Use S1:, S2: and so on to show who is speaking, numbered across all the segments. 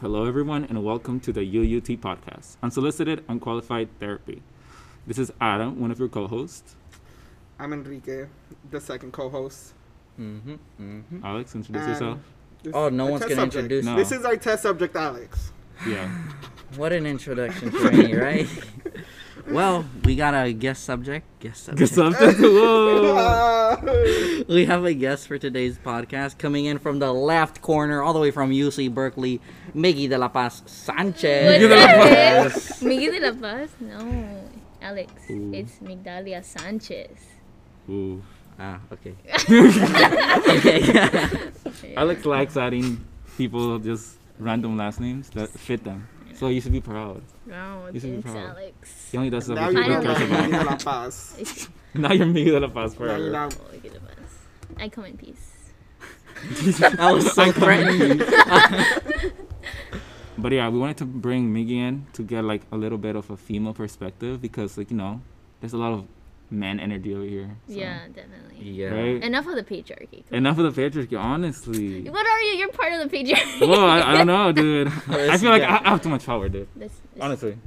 S1: Hello, everyone, and welcome to the UUT podcast, Unsolicited Unqualified Therapy. This is Adam, one of your co hosts.
S2: I'm Enrique, the second co-host.
S3: Mm-hmm. Mm-hmm.
S1: Alex, introduce
S2: And
S1: yourself.
S2: this-
S3: Oh, no
S2: our
S3: one's
S2: test
S3: gonna
S2: subject.
S3: introduce
S1: No.
S2: This is our test subject, Alex.
S1: Yeah.
S3: What an introduction for me, right? well, we got a guest subject. Guest subject.
S1: Guess something. Whoa.
S3: We have a guest for today's podcast coming in from the left corner, all the way from UC Berkeley, Miggy de la Paz Sanchez.
S1: Miggy de la
S3: Yes.
S4: Miguel de la Paz? No. Alex,
S1: Ooh.
S4: it's Migdalia Sanchez.
S1: Ooh.
S3: ah, okay. okay.
S1: Alex likes adding people just random last names that fit them. So you should be proud.
S4: No,
S1: You
S4: it's
S1: should be proud.
S4: Alex.
S1: He only does stuff
S2: now
S1: that
S2: you
S4: I
S2: know
S1: people
S4: don't
S1: cares
S2: that
S1: about.
S2: Miguel
S4: know.
S2: de la Paz.
S4: It's
S1: Now you're Miguel de la Paz
S2: Now you
S1: forever.
S2: know.
S4: Miguel de la Paz. I come in peace.
S3: That was so threatening.
S1: But yeah, we wanted to bring Miggy in to get like a little bit of a female perspective because like, you know, there's a lot of man energy over here. so,
S4: Yeah, definitely.
S3: Yeah.
S1: Right?
S4: Enough of the patriarchy. Come
S1: Enough of the patriarchy, honestly.
S4: on. What are you? You're part of the patriarchy.
S1: Whoa, I, I don't know, dude. I feel like I,
S3: Yeah.
S1: I have too much power, dude.
S4: This, this
S1: Honestly. Too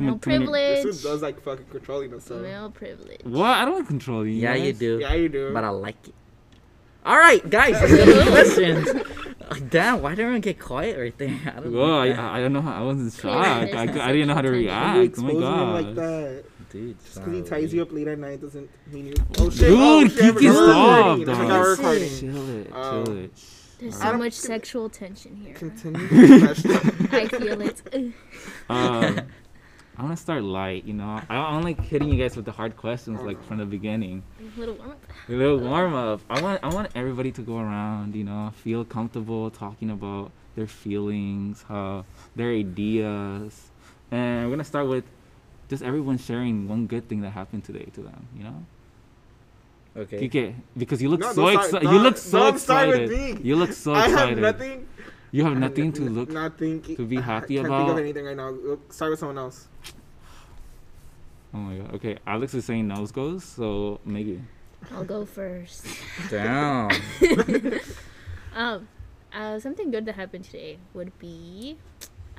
S1: much- too many-
S2: This
S4: privilege.
S2: dude does like fucking controlling us. So.
S4: Male privilege.
S1: What? I don't control you.
S3: Yeah, you
S1: guys.
S3: do.
S2: Yeah, you do.
S3: But I like it. All right, guys, any questions? Uh, Damn, why did everyone get quiet right there? I don't
S1: Whoa, I,
S3: like that.
S1: I I don't know how. I was in shock.
S4: Clearly there's
S1: I,
S4: no
S1: I didn't know how to
S4: sexual
S2: When you
S1: react. Oh my
S2: expose him
S1: god.
S2: like that.
S3: Dude,
S2: Just because he
S3: sorry.
S2: ties you up late at night doesn't mean you. Oh shit! oh,
S1: Dude,
S2: shit, I
S1: keep
S2: forgot
S1: this
S2: we're
S1: off,
S2: recording. I forgot we're
S1: dog.
S2: recording.
S1: Chill it,
S2: Um,
S1: chill it.
S4: There's
S2: I
S4: so
S2: don't-
S4: much sexual tension here.
S2: Continue.
S4: I feel it. Ugh.
S1: Um, I want to start light, you know. I don't I don't like hitting you guys with the hard questions like from the beginning.
S4: A little warm up.
S1: A little warm up. I want I want everybody to go around, you know, feel comfortable talking about their feelings, how their ideas, and we're gonna start with just everyone sharing one good thing that happened today to them, you know.
S3: Okay.
S1: Kike, because you look
S2: No,
S1: so
S2: don't start-
S1: excited. You look
S2: don't-
S1: so
S2: don't start with
S1: excited.
S2: me.
S1: You look so
S2: I have
S1: excited.
S2: nothing.
S1: You have nothing to
S2: N-
S1: look.
S2: Nothing
S1: to be happy
S2: I can't Can't think
S1: about.
S2: of anything right now. We'll Start with someone else.
S1: Oh my god. Okay, Alex is saying nose goes, so Maggie.
S4: I'll go first.
S3: Damn.
S4: Um, uh, something good that happened today would be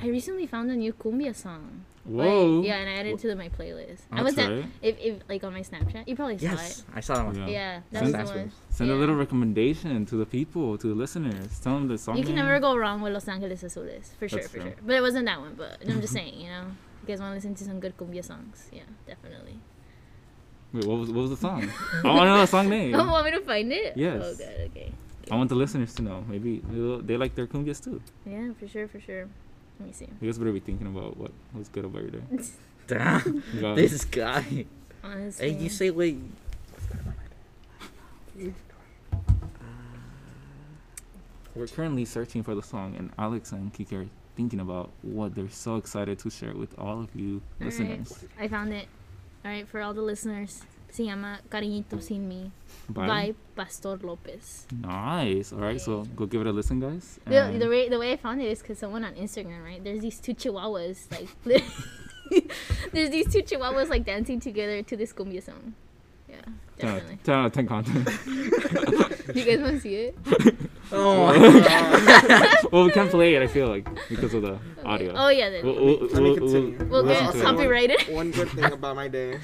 S4: I recently found a new cumbia song. Like,
S1: Whoa.
S4: yeah, and I added it to the, my playlist. I
S1: That's
S4: was at,
S1: right.
S4: if, if like on my Snapchat, you probably saw
S3: Yes, I saw that one.
S1: Yeah.
S4: it. Yeah, that
S1: Send-
S4: was the one.
S1: Send a
S4: Yeah.
S1: little recommendation to the people, to the listeners. Tell them the song.
S4: You can
S1: name.
S4: never go wrong with Los Angeles Azules, for sure,
S1: That's
S4: for
S1: true.
S4: sure. But it wasn't that one. But I'm just saying, you know, you guys want to listen to some good cumbia songs? Yeah, definitely.
S1: Wait, what was what was the song? I want to know the song name.
S4: Oh, want me to find it?
S1: Yes.
S4: Oh, good. Okay.
S1: I want the listeners to know. Maybe they'll- they like their cumbias too.
S4: Yeah, for sure, for sure. Let me see.
S1: You guys better be thinking about what was good about your day.
S3: Damn.
S1: Yeah.
S3: This guy.
S4: Honestly,
S3: Hey, you say wait.
S1: We're currently searching for the song, and Alex and Kiki are thinking about what they're so excited to share with all of you
S4: All right.
S1: listeners.
S4: I found it. All right, for all the listeners, se llama Cariñito sin mí
S1: Bye.
S4: by, Pastor Lopez.
S1: Nice. All right, so go give it a listen, guys.
S4: The,
S1: and-
S4: the, way, the way I found it is because someone on Instagram, right? There's these two chihuahuas, like, there's these two chihuahuas, like, dancing together to this cumbia song. Yeah,
S1: ten out of-
S4: definitely.
S1: 10 out of 10 content.
S4: you guys want to see it?
S3: Oh, my
S1: well, we can't play it, I feel like, because of the audio.
S4: Oh, yeah, then.
S1: We'll,
S4: We'll,
S1: we'll,
S2: Let me
S1: we'll-
S2: continue.
S1: we'll-
S2: We'll
S1: we'll
S4: get
S1: listen to it.
S4: copyrighted.
S2: One good thing about my day.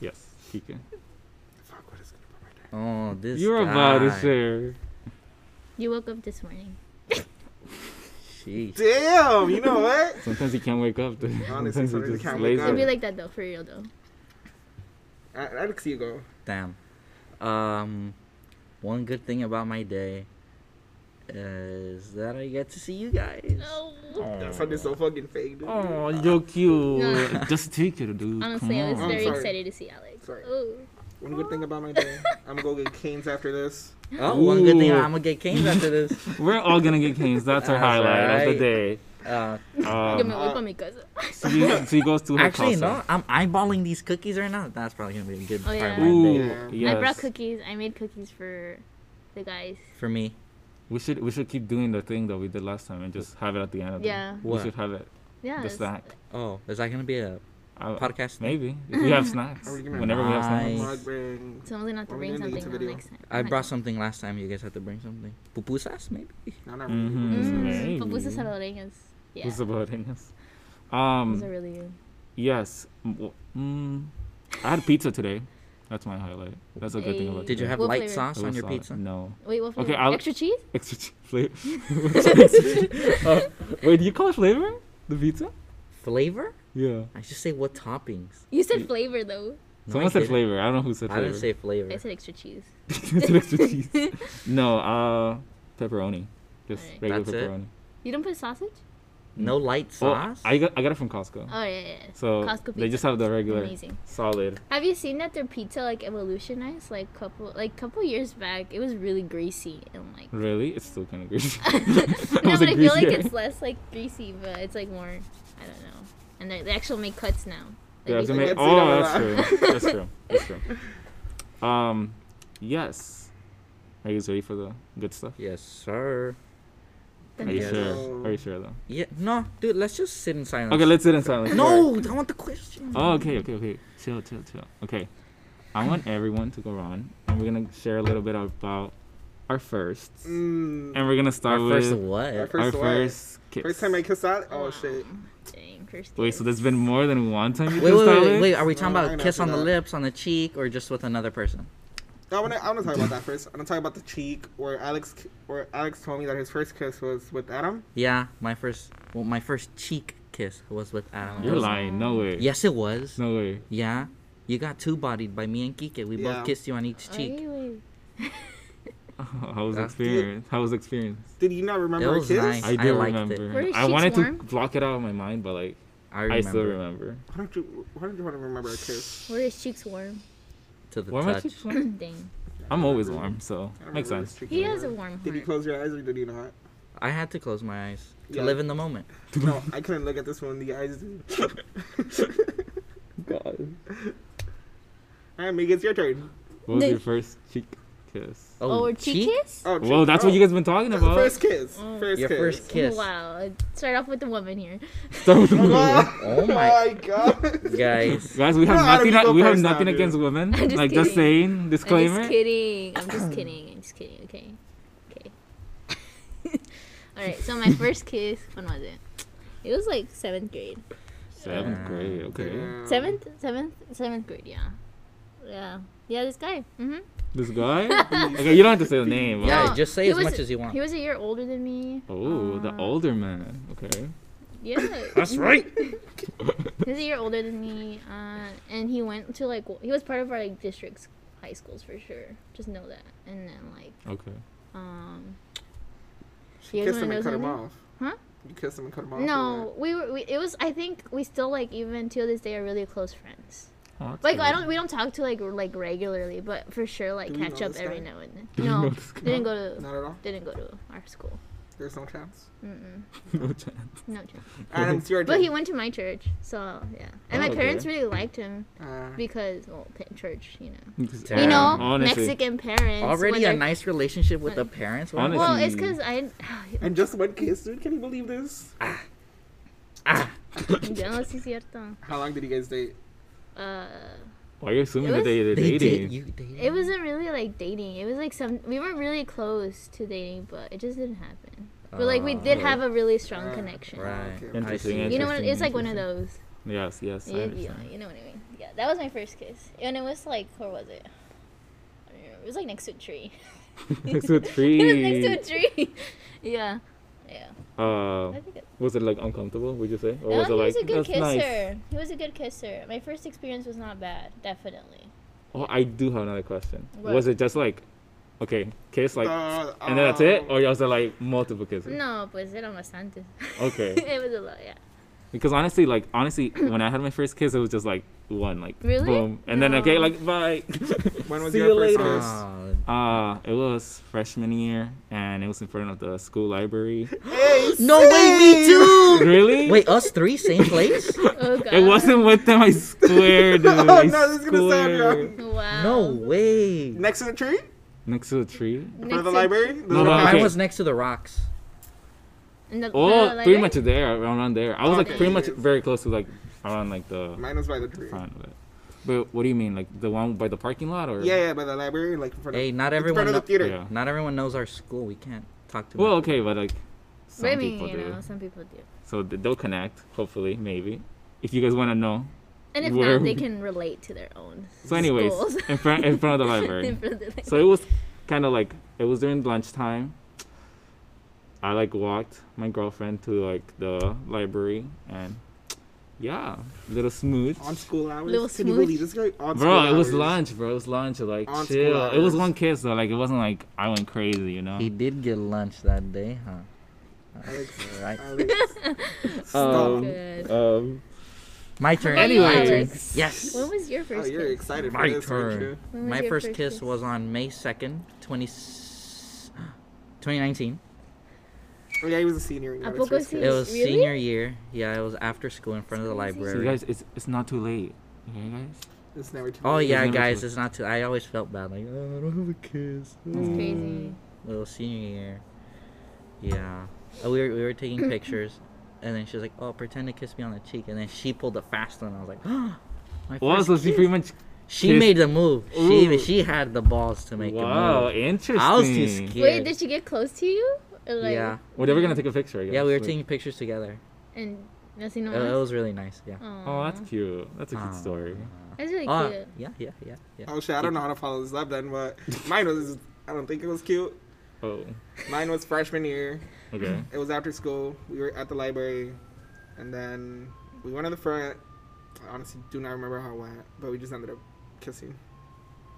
S1: Yes, Kiki.
S2: Fuck, what is good about my day?
S3: oh this
S1: You're
S3: guy.
S1: about to share.
S4: You woke up this morning.
S3: Jeez.
S2: Damn, you know what?
S1: Sometimes you can't wake up. Dude.
S2: Honestly,
S1: Sometimes
S2: sometimes
S1: you're
S2: you
S1: just
S2: can't wake
S1: lazy.
S2: up.
S4: It'd be like that, though, for real, though.
S2: A- Alex, you go.
S3: Damn. Um, one good thing about my day is that I get to see you guys.
S4: No.
S2: That sounded so fucking fake, dude.
S1: Oh, you're cute.
S4: No.
S1: Just take it, dude.
S4: Honestly,
S1: Come
S4: I was
S1: on.
S2: I'm
S4: very
S2: sorry.
S4: excited to see Alex.
S2: Sorry.
S4: Oh.
S2: One good thing about my day. I'm gonna go get canes after this.
S3: Oh, one good thing
S1: Ooh.
S3: I'm gonna get canes after this.
S1: We're all gonna get canes. That's our
S3: That's
S1: highlight of the
S3: right.
S1: day.
S3: Uh,
S4: Give
S1: Um,
S4: me away from me, cousin.
S1: so, you, so you goes to her
S3: actually, no,
S1: casa.
S3: I'm eyeballing these cookies right now. That's probably gonna be a good
S4: Oh,
S3: part of
S4: yeah.
S3: my
S1: Ooh,
S3: day
S2: Yeah.
S1: yes.
S4: I brought cookies. I made cookies for the guys.
S3: for me.
S1: We should we should keep doing the thing that we did last time and just have it at the end of the
S4: Yeah.
S1: We
S3: What?
S1: should have it.
S4: Yeah.
S1: the
S4: it's-
S1: snack.
S3: Oh, is that gonna be a?
S1: I-
S3: podcast. thing?
S1: Uh, Maybe if we have snacks.
S2: Are we gonna-
S1: Whenever we have
S3: Nice.
S1: snacks.
S2: Mug bang.
S4: Someone's gonna have to
S2: Well, we
S4: bring
S2: didn't do
S4: something
S2: the
S4: now
S2: video.
S4: next time.
S3: I brought something last time. You guys have to bring something. Pupusas, maybe.
S2: No, not really.
S1: Mm-hmm.
S4: Mm,
S1: Maybe.
S4: pupusas salvadoreñas. Yeah,
S1: Who's
S4: those
S1: about us? Um.
S4: are really good.
S1: Yes. Mm, w- Mm, I had pizza today. That's my highlight. That's a good thing about.
S4: Hey.
S3: Did you
S1: today.
S3: have
S4: What
S3: light
S4: flavor?
S1: It
S3: sauce on
S1: was
S3: your
S1: solid.
S3: pizza?
S1: No.
S4: Wait, what
S1: Okay,
S4: flavor?
S1: I'll-
S4: Extra cheese?
S1: Extra cheese flavor. uh, wait, do you call it flavor? The pizza?
S3: Flavor?
S1: Yeah.
S3: I just say what toppings.
S4: You said flavor though.
S3: No,
S1: Someone
S3: I
S1: said
S3: didn't.
S1: flavor. I don't know who said
S3: I
S1: flavor.
S3: didn't say
S4: I
S3: flavor.
S4: said extra cheese.
S1: Said extra cheese. No, uh, pepperoni. Just
S4: Alright.
S1: regular
S3: That's it?
S1: pepperoni.
S4: You don't put sausage?
S3: No light
S1: Well,
S3: sauce.
S1: Oh, I got I got it from Costco.
S4: Oh yeah, yeah. yeah.
S1: so
S4: Costco
S1: they
S4: pizza.
S1: just have the regular
S4: Amazing.
S1: solid.
S4: Have you seen that their pizza like evolutionized? Like couple like couple years back, it was really greasy and like.
S1: Really? It's still kind of greasy.
S4: no,
S1: was
S4: but
S1: a
S4: I feel like
S1: greasier.
S4: it's less like greasy, but it's like more. I don't know. And they they actually make cuts now. Like,
S1: They have to
S4: we-
S1: make.
S2: Let's see
S1: Oh, that's
S2: that
S1: true. That's true. That's true. Um, yes. Are you guys ready for the good stuff?
S3: yes, sir.
S1: Are you
S3: Yes.
S1: sure? Are you sure though?
S3: Yeah. No, dude. Let's just sit in silence.
S1: Okay, let's sit in silence.
S3: No, I want the question.
S1: Oh, okay, okay, okay. Chill, chill, chill. Okay. I want everyone to go around, and we're gonna share a little bit about our firsts, and
S2: Mm.
S1: we're gonna
S3: Our
S1: start with
S3: first what?
S2: Our
S1: our
S2: First what?
S1: first kiss.
S2: First time I kissed out.
S4: Wow.
S2: Oh shit.
S4: Dang, first
S1: Wait,
S4: kiss.
S1: so there's been more than one time you
S3: Wait,
S1: kissed
S3: wait, wait,
S1: Alex?
S3: wait, wait. Are we talking
S2: No, I'm
S3: about
S2: gonna
S3: kiss
S2: have
S3: on
S2: to
S3: the
S2: not.
S3: lips, on the cheek, or just with another person?
S2: No, I want to. I want to talk about that first. I want to talk about the cheek where Alex, where Alex told me that his first kiss was with Adam.
S3: Yeah, my first, well, my first cheek kiss was with Adam. It
S1: You're
S3: was-
S1: lying. No way.
S3: Yes, it was.
S1: No way.
S3: Yeah, you got two bodied by me and Kike. We
S2: Yeah.
S3: both kissed you on
S4: Oh,
S3: each cheek.
S4: Ay, wait.
S1: How was
S3: That's-
S1: experience? How was experience?
S2: Did you not
S3: It
S2: remember our
S3: was
S2: kiss?
S3: nice.
S1: I
S3: I,
S1: do
S3: liked
S1: remember.
S3: it.
S4: Were your
S1: I
S4: cheeks
S1: wanted
S4: warm?
S1: to block it out of my mind, but like
S3: I
S1: I,
S3: remember.
S1: still remember.
S2: Why don't you? Why don't you want to remember our kiss?
S4: Were his cheeks warm?
S3: To the
S1: Why am I
S3: touch.
S1: keep warm?
S4: Dang.
S1: I'm always warm, so
S2: I don't
S1: makes
S2: remember
S1: sense.
S2: his cheek
S4: He
S2: either.
S4: has a warm
S2: Did you
S4: heart.
S2: close your eyes or did you not?
S3: I had to close my eyes to
S2: Yeah.
S3: live in the moment.
S2: no, I couldn't look at this one. The eyes.
S1: God.
S2: All right, Megan, it's your turn.
S1: What was
S4: No.
S1: your first cheek kiss?
S4: Oh, or cheek, kiss?
S2: Oh,
S1: Well, that's what you guys been talking about.
S2: First kiss.
S4: Oh.
S2: First
S3: Your
S2: kiss.
S3: first kiss.
S4: Wow. Start off with the woman here.
S1: Start with the
S2: Oh,
S1: woman.
S3: Oh my-
S2: my god.
S3: Guys,
S1: Guys, we have
S2: No, Adam,
S1: nothing.
S2: you go
S1: we have
S2: first now,
S1: nothing
S2: dude.
S1: against women.
S4: I'm just
S1: like just
S4: kidding.
S1: saying
S4: I'm
S1: disclaimer.
S4: just kidding. I'm just kidding. I'm just kidding. Okay. Okay. All right. So my first kiss. When was it? It was like seventh grade.
S1: Seventh grade. Okay.
S2: Damn.
S4: Seventh, seventh, seventh grade. Yeah. Mm. Yeah. Yeah. This guy. Mm-hmm.
S1: This guy. okay, you don't have to say the name. but-
S3: Yeah,
S4: No,
S3: just say
S4: he
S3: as
S4: was-
S3: much as you want.
S4: He was a year older than me.
S1: Oh, the
S4: Uh,
S1: older man. Okay.
S4: Yeah.
S3: that's right.
S4: He was a year older than me, uh, and he went to like w- he was part of our like district's high schools for sure. Just know that. And then like
S1: Okay.
S4: um.
S2: She
S4: You guys
S2: kissed him
S4: wanna
S2: and
S4: know
S2: cut him
S4: something?
S2: off.
S4: Huh?
S2: You kissed him and cut him off. or
S4: No, we were. We, it was. I think we still like even to this day are really close friends.
S1: Oh, that's
S4: Like I
S1: good.
S4: don't. We don't talk to like r- like regularly, but for sure like
S2: Do we
S4: catch
S2: know
S4: up
S2: this
S4: every
S2: guy?
S4: now and then.
S1: Do we know
S4: no,
S1: this guy?
S4: didn't go
S2: what?
S4: to.
S2: Not at all.
S4: Didn't go to our school.
S2: There's no chance.
S4: Mm-mm.
S1: no chance.
S4: No chance.
S2: Adam, it's your turn.
S4: But he went to my church, so yeah.
S1: Oh,
S4: And my
S1: okay.
S4: parents really liked him
S2: Uh,
S4: because well, p- church, you know.
S3: Damn.
S4: You know,
S1: Honestly.
S4: Mexican parents. when
S3: Already a
S4: they're-
S3: nice relationship with the parents. Wow.
S1: Honestly.
S4: Well, it's because I.
S2: and just one kiss, dude. Can you believe this?
S4: Ya no, sí, cierto.
S2: How long did you guys date?
S4: Uh,
S1: Why are you assuming
S4: It
S1: that they, they're
S3: They
S1: dating?
S3: did. You dated.
S4: It wasn't really like dating. It was like some we were really close to dating, but it just didn't happen. But like we did
S1: Oh.
S4: have a really strong
S2: Ah,
S4: connection.
S3: Right.
S2: Okay.
S3: I
S1: Interesting,
S3: see.
S4: You know what?
S1: Interesting,
S4: It's like one of
S1: interesting.
S4: those.
S1: Yes, yes. I
S4: Yeah, yeah,
S1: understand.
S4: you know what I mean? Yeah, that was my first kiss, and it was like where was it? I don't remember. It was like next to a tree.
S1: Next to a
S4: it was next
S1: tree.
S4: to a tree. yeah, yeah.
S1: Uh,
S4: I think it,
S1: was it like uncomfortable? Would you say, or
S4: No,
S1: was it
S4: he
S1: like
S4: was a good
S1: that's nice?
S4: kisser. He was a good kisser. My first experience was not bad, definitely.
S1: Oh, I do have another question.
S4: What?
S1: Was it just like, okay, kiss like,
S2: Uh,
S1: and then that's it,
S2: um,
S1: or was it like multiple kisses?
S4: No, pues eran bastantes.
S1: Okay.
S4: it was a lot, yeah.
S1: Because honestly, like honestly, when I had my first kiss, it was just like one, like
S4: Really?
S1: boom, and then
S4: No.
S1: okay, like bye.
S2: When was
S1: See
S2: your
S1: you
S2: first
S1: later.
S2: kiss?
S3: Oh,
S1: Uh, it was freshman year, and it was in front of the school library.
S3: no way, me too.
S1: really?
S3: Wait, us three, same place?
S4: Oh god.
S1: It wasn't with them. I swear, dude.
S2: Oh,
S1: I
S2: no, this is gonna sound
S1: swear.
S2: wrong.
S4: Wow.
S3: No way.
S2: Next to the tree?
S1: Next to the tree.
S2: In front of the
S4: Next to-
S2: library?
S1: No,
S2: Little
S1: no,
S2: house?
S1: okay.
S3: Mine was next to the rocks.
S4: And the,
S1: Oh,
S4: the-
S1: pretty
S4: like-
S1: much there, around there. I was like
S2: Okay.
S1: pretty much very close to like around like the
S2: Mine was by the tree.
S1: front of it. But what do you mean, like the one by the parking lot or?
S2: Yeah, yeah, by the library, like in front
S3: Hey,
S2: of,
S3: not
S2: in
S3: everyone.
S2: front of the
S3: Know,
S2: theater.
S1: Yeah.
S3: not everyone knows our school. We can't talk to.
S1: Well, okay, but like some
S4: I mean,
S1: people
S4: you
S1: do.
S4: know, some people do.
S1: So th- they'll connect, hopefully, maybe. If you guys want to know.
S4: And if
S1: Where-
S4: not, they can relate to their own.
S1: So, anyways,
S4: schools.
S1: in front in front of the library.
S4: In front of the library.
S1: so it was kind of like it was during lunchtime. I like walked my girlfriend to like the library and yeah, little smooth.
S2: On school hours.
S4: Little
S2: Can you believe this
S4: smooch.
S2: guy? On school
S1: Bro, it was
S2: hours.
S1: lunch, bro. It was lunch. Like
S2: On school
S1: chill. It was
S2: hours.
S1: one kiss though. Like it wasn't like I went crazy, you know.
S3: He did get lunch that day, huh?
S2: Alex,
S3: Right.
S2: Alex,
S1: Um,
S2: stop.
S4: Good.
S1: Um,
S3: My turn.
S4: How about you,
S1: Anyways.
S4: Alex?
S3: Yes.
S4: When was your
S2: Oh,
S4: first
S2: you're
S4: kiss?
S2: excited for
S3: My
S2: this, aren't
S3: turn.
S2: you?
S4: When was
S3: My
S4: your
S3: first kiss was on May 2nd, 20, 2019.
S2: Oh, yeah, he was a senior. when he
S4: ¿A
S2: got his
S4: poco
S2: first
S4: sí?
S2: kiss.
S3: It was
S4: Really?
S3: senior year. Yeah, it was after school in front of the
S4: That's
S1: so you
S3: library.
S1: guys, it's it's not too late. Okay, guys.
S2: It's never too
S3: Oh
S2: late.
S3: yeah,
S1: never
S3: guys,
S1: too-
S3: it's not too. I always felt bad. Like oh, I don't have a kiss.
S4: That's crazy.
S3: It was senior year. Yeah, Uh, we were we were taking pictures, and then she was like, "Oh, pretend to kiss me on the cheek," and then she pulled the fast one. I was like, oh, my
S1: Well,
S3: first
S1: so she
S3: kiss."
S1: pretty much.
S3: She
S1: kissed-
S3: made the move.
S1: Ooh.
S3: She she had the balls to make
S1: wow,
S3: the move.
S1: interesting.
S3: I was too scared.
S4: Wait, did she get close to you? Or like,
S3: yeah,
S1: Well, they were gonna take a picture. I guess.
S3: yeah, we were
S1: but-
S3: taking pictures together.
S4: And nothing
S3: It,
S4: else?
S3: it was really nice. Yeah. Um,
S1: Oh, that's cute. That's a cute
S3: Aw.
S1: story.
S4: That's really
S3: Oh,
S4: cute.
S3: yeah, yeah, yeah, yeah.
S2: Oh shit, I don't know how to follow this up then, but mine was. I don't think it was cute.
S1: Oh,
S2: Mine was freshman year.
S1: okay.
S2: It was after school. We were at the library, and then we went in the front. I honestly do not remember how it went, but we just ended up kissing.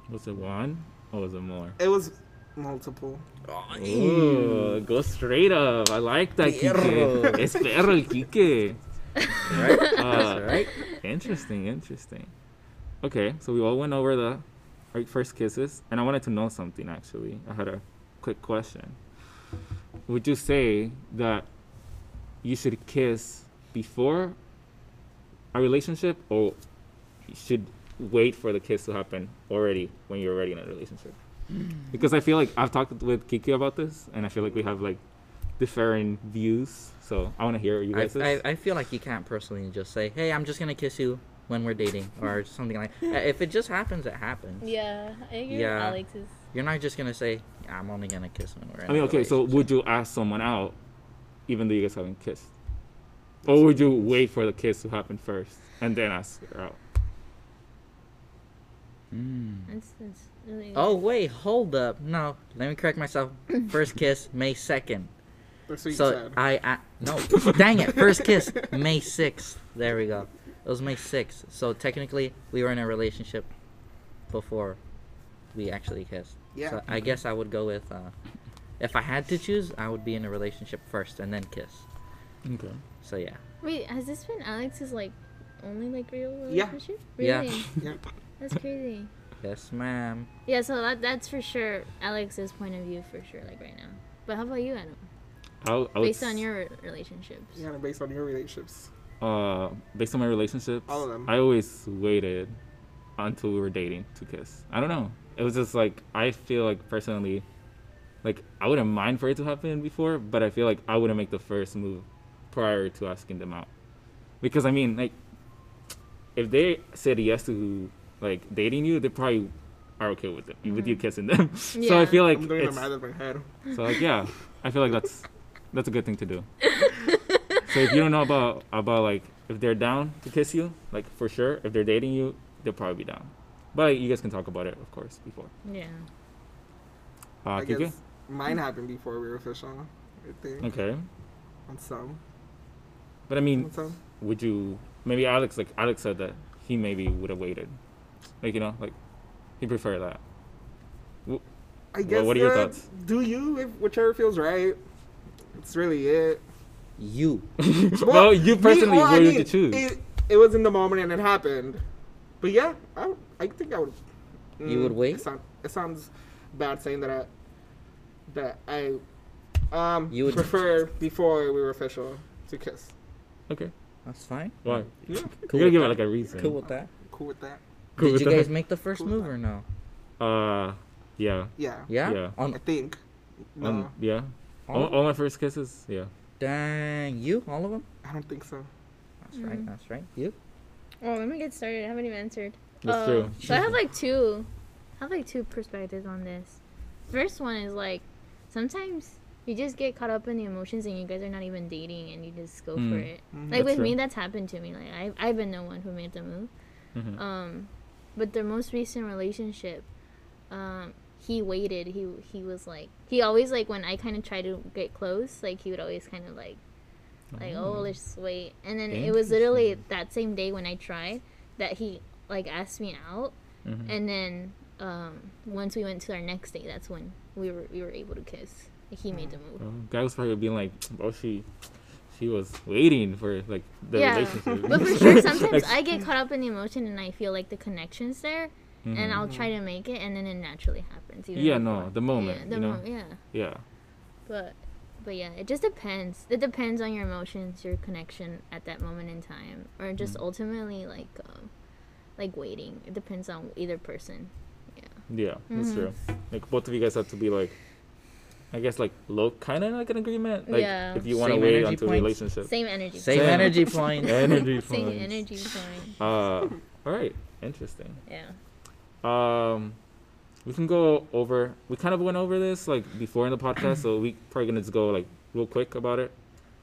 S1: Was it one or was it more?
S2: It was multiple.
S1: oh, Ooh, go straight up. I like that,
S3: Perro.
S1: Kike. Es perro el Kike.
S3: Right?
S1: Uh,
S3: right?
S1: Interesting, interesting. Okay, so we all went over the our first kisses, and I wanted to know something actually. I had a quick question. Would you say that you should kiss before a relationship, or you should wait for the kiss to happen already when you're already in a relationship? Because I feel like I've talked with Kiki about this, and I feel like we have like differing views. So I want to hear you
S3: I,
S1: guys.
S3: I, I feel like you can't personally just say, "Hey, I'm just gonna kiss you when we're dating" or something like. If it just happens, it happens.
S4: Yeah, I agree with
S3: Yeah.
S4: Alex's.
S3: You're not just gonna say, yeah, "I'm only gonna kiss when we're." In
S1: I mean,
S3: a
S1: okay, so would you ask someone out even though you guys haven't kissed? Or would you wait for the kiss to happen first and then ask her out?
S4: That's, that's really
S3: relationship." Hmm. Oh wait, hold up. No, let me correct myself. First kiss, May second.
S2: That's what you
S3: So
S2: said.
S3: I, I no, dang it. First kiss, May sixth. There we go. It was May sixth. So technically, we were in a relationship before we actually kissed.
S2: Yeah.
S3: So I guess I would go with, uh, if I had to choose, I would be in a relationship first and then kiss.
S1: Okay.
S3: So yeah.
S4: Wait, has this been Alex's like only like real
S2: Yeah.
S4: relationship?
S3: Yeah.
S4: Really?
S2: Yeah.
S4: That's crazy.
S3: Yes, ma'am.
S4: Yeah, so that, that's for sure Alex's point of view for sure, like right now. But how about you, Adam?
S1: I, w- I would
S4: Based on
S1: s-
S4: your relationships.
S2: Yeah, based on your relationships.
S1: uh, based on my relationships,
S2: All of them.
S1: I always waited until we were dating to kiss. I don't know. It was just like I feel like personally, like I wouldn't mind for it to happen before, but I feel like I wouldn't make the first move prior to asking them out, because I mean, like, if they said yes to like dating you, they probably are okay with it with you kissing them. so
S4: Yeah.
S1: I feel like
S2: Mm-hmm. I'm doing the
S1: it's,
S2: math in my head.
S1: so like yeah, I feel like that's that's a good thing to do. so if you don't know about about like if they're down to kiss you, like for sure, if they're dating you, they'll probably be down. But you guys can talk about it, of course, before.
S4: Yeah.
S1: Uh,
S2: I guess
S1: Kike?
S2: mine happened before we were official. I think.
S1: Okay.
S2: On some.
S1: But I mean,
S2: On some.
S1: would you maybe Alex like Alex said that he maybe would have waited, like you know, like he preferred that.
S2: I
S1: Well,
S2: guess.
S1: what are your
S2: uh,
S1: thoughts?
S2: Do you, if, whichever feels right. It's really it.
S3: You.
S1: well, you
S2: me-
S1: personally,
S2: well, I
S1: where did
S2: mean,
S1: you choose?
S2: It, it was in the moment and it happened. But yeah, I, would- I think I would. mm,
S3: You would wait?
S2: It, sound, it sounds bad saying that I that I um
S3: You would-
S2: prefer before we were official to kiss.
S1: okay.
S3: That's fine.
S1: Why?
S2: Yeah,
S3: Cool
S1: you gotta
S3: with
S1: give it
S3: that.
S1: like a reason.
S3: Cool with that.
S2: cool with that.
S1: Cool
S3: Did
S1: with
S3: you
S1: that.
S3: guys make the first
S2: Cool with
S3: move or no?
S1: Uh, yeah.
S2: Yeah,
S3: Yeah.
S1: Yeah.
S2: I
S3: On
S2: think. No,
S1: Um, yeah.
S3: Oh.
S1: All, all my first kisses. Yeah.
S3: Dang, you? All of them?
S2: I don't think so.
S3: That's right,
S2: Mm-hmm.
S4: Mm.
S3: that's right. You?
S4: Well, Oh, let me get started. I haven't even answered.
S1: That's
S4: Uh,
S1: true.
S4: So I have like two, I have like two perspectives on this. First one is like, sometimes you just get caught up in the emotions and you guys are not even dating and you just go for
S1: Mm.
S4: it.
S2: Mhm.
S4: Like
S1: That's
S4: with me,
S1: true.
S4: that's happened to me. Like I, I've been the one who made the move.
S1: Mhm.
S4: Um, but their most recent relationship, um, he waited. He he was like he always like when I kind of tried to get close, like he would always kind of like like
S1: Mm-hmm.
S4: oh let's wait. And then it was literally
S1: Interesting.
S4: that same day when I tried that he like asked me out,
S1: Mhm.
S4: and then um, once we went to our next date, that's when we were we were able to kiss. Like, he made the move.
S1: Oh, guy was probably being like, "Oh, she, she was waiting for like the
S4: Yeah.
S1: relationship."
S4: But for sure, sometimes
S1: Like,
S4: I get caught up in the emotion and I feel like the connection's there, and I'll try to make it, and then it naturally happens. even
S1: mm-hmm. Mm. Yeah,
S4: if
S1: no,
S4: not-
S1: the moment,
S4: Yeah, the
S1: you know?
S4: mom- yeah,
S1: yeah,
S4: but but yeah, it just depends. It depends on your emotions, your connection at that moment in time, or
S1: Mm.
S4: just ultimately like um, like waiting. It depends on either person.
S1: yeah, that's
S4: Mhm.
S1: true. Like both of you guys have to be like, I guess like low, kind of like an agreement. Like
S4: Yeah.
S1: if you want to
S3: Same
S1: wait
S3: energy
S1: until
S3: points.
S1: relationship.
S4: Same energy.
S3: Same
S1: Same.
S3: energy point.
S1: Energy
S4: Same
S1: points.
S4: energy. Sorry.
S1: Uh, all right, interesting.
S4: Yeah.
S1: Um, we can go over. We kind of went over this like before in the podcast, so we probably gonna just go like real quick about it.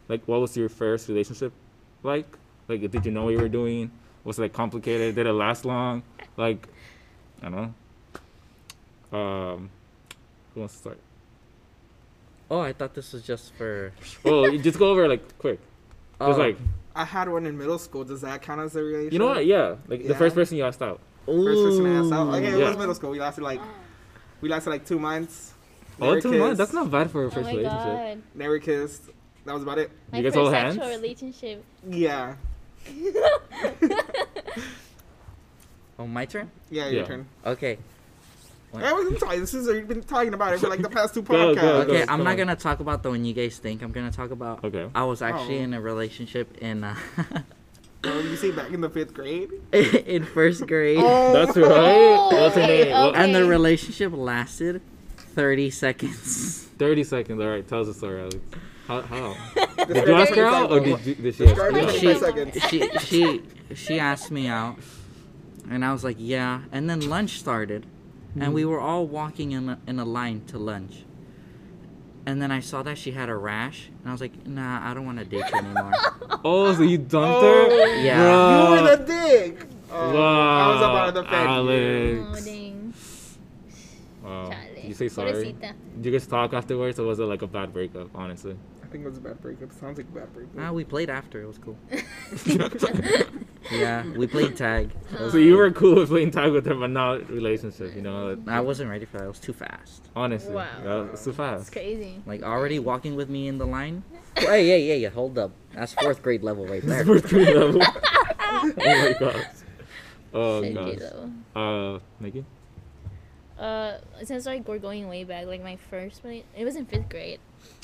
S1: Like, what was your first relationship like? Like, did you know what you were doing? Was it like complicated? Did it last long? Like, I don't know. Um, who wants to start?
S3: Oh, I thought this was just for.
S1: Oh, you just go over like quick.
S3: Oh,
S1: Just like
S2: I had one in middle school. Does that count as a relationship?
S1: you know what? Yeah, like the
S2: Yeah.
S1: first person you asked out.
S2: First person I asked out.
S3: Ooh.
S2: Like, it
S1: Yeah.
S2: was middle school. We lasted like, we lasted like two months.
S1: Oh,
S2: Never
S1: two months.
S2: kissed.
S1: That's not bad for a
S4: Oh
S1: first relationship.
S2: Never kissed. That was about it.
S1: Oh My You guys hold first sexual hands?
S4: relationship.
S2: Yeah.
S3: Oh, my turn?
S2: Yeah, your
S1: Yeah.
S2: turn.
S3: Okay. What?
S2: I wasn't talking. This is you've been talking about it for like the past two
S1: Go,
S2: podcasts.
S1: go, go.
S3: Okay, I'm
S1: come
S3: not
S1: on.
S3: gonna talk about the one you guys think. I'm gonna talk about.
S1: Okay.
S3: I was actually
S2: Oh.
S3: in a relationship in uh,
S2: Well, you say back in the fifth grade?
S3: in first grade,
S2: Oh,
S1: That's right. What's her
S4: okay,
S1: name? What-
S4: okay.
S3: and the relationship lasted 30 seconds.
S1: 30 seconds. All right, tell us the story, Alex. How? how?
S2: This
S1: Did you
S2: guy's
S1: ask her out or
S2: 25
S1: did, you, did she
S2: This
S1: ask
S2: guy's
S1: you out?
S4: She-
S2: 25 seconds.
S3: she she she asked me out, and I was like, yeah. And then lunch started, and we were all walking in a, in a line to lunch. And then I saw that she had a rash, and I was like, nah, I don't want to date you anymore.
S1: Oh, so you dumped
S2: Oh.
S1: her?
S3: Yeah.
S1: Bruh.
S2: you were the dick. Oh, I was up out of the fence.
S1: Alex.
S4: Oh, dang.
S1: Wow.
S4: Chale.
S1: Oh, Did you say sorry?
S4: Pobrecita.
S1: Did you guys talk afterwards or was it like a bad breakup, honestly?
S2: I think it was a bad breakup. Sounds like a bad breakup.
S3: Ah, we played after. It was cool. Yeah, we played tag. It was
S1: so you
S3: cool.
S1: were cool with playing time with her, but not relationship, you know? like,
S3: I wasn't ready for that. It was too fast.
S1: honestly.
S4: Wow.
S1: That was too
S4: It's
S1: fast.
S4: crazy.
S3: Like already walking with me in the line. Hey, yeah, yeah, yeah. Hold up. That's fourth grade level right there.
S1: Fourth grade level. oh my gosh. Oh
S4: Shit,
S1: gosh.
S4: J-Lo.
S1: Uh, Nikki?
S4: Uh, since like we're going way back, like my first, rela- it was in fifth grade,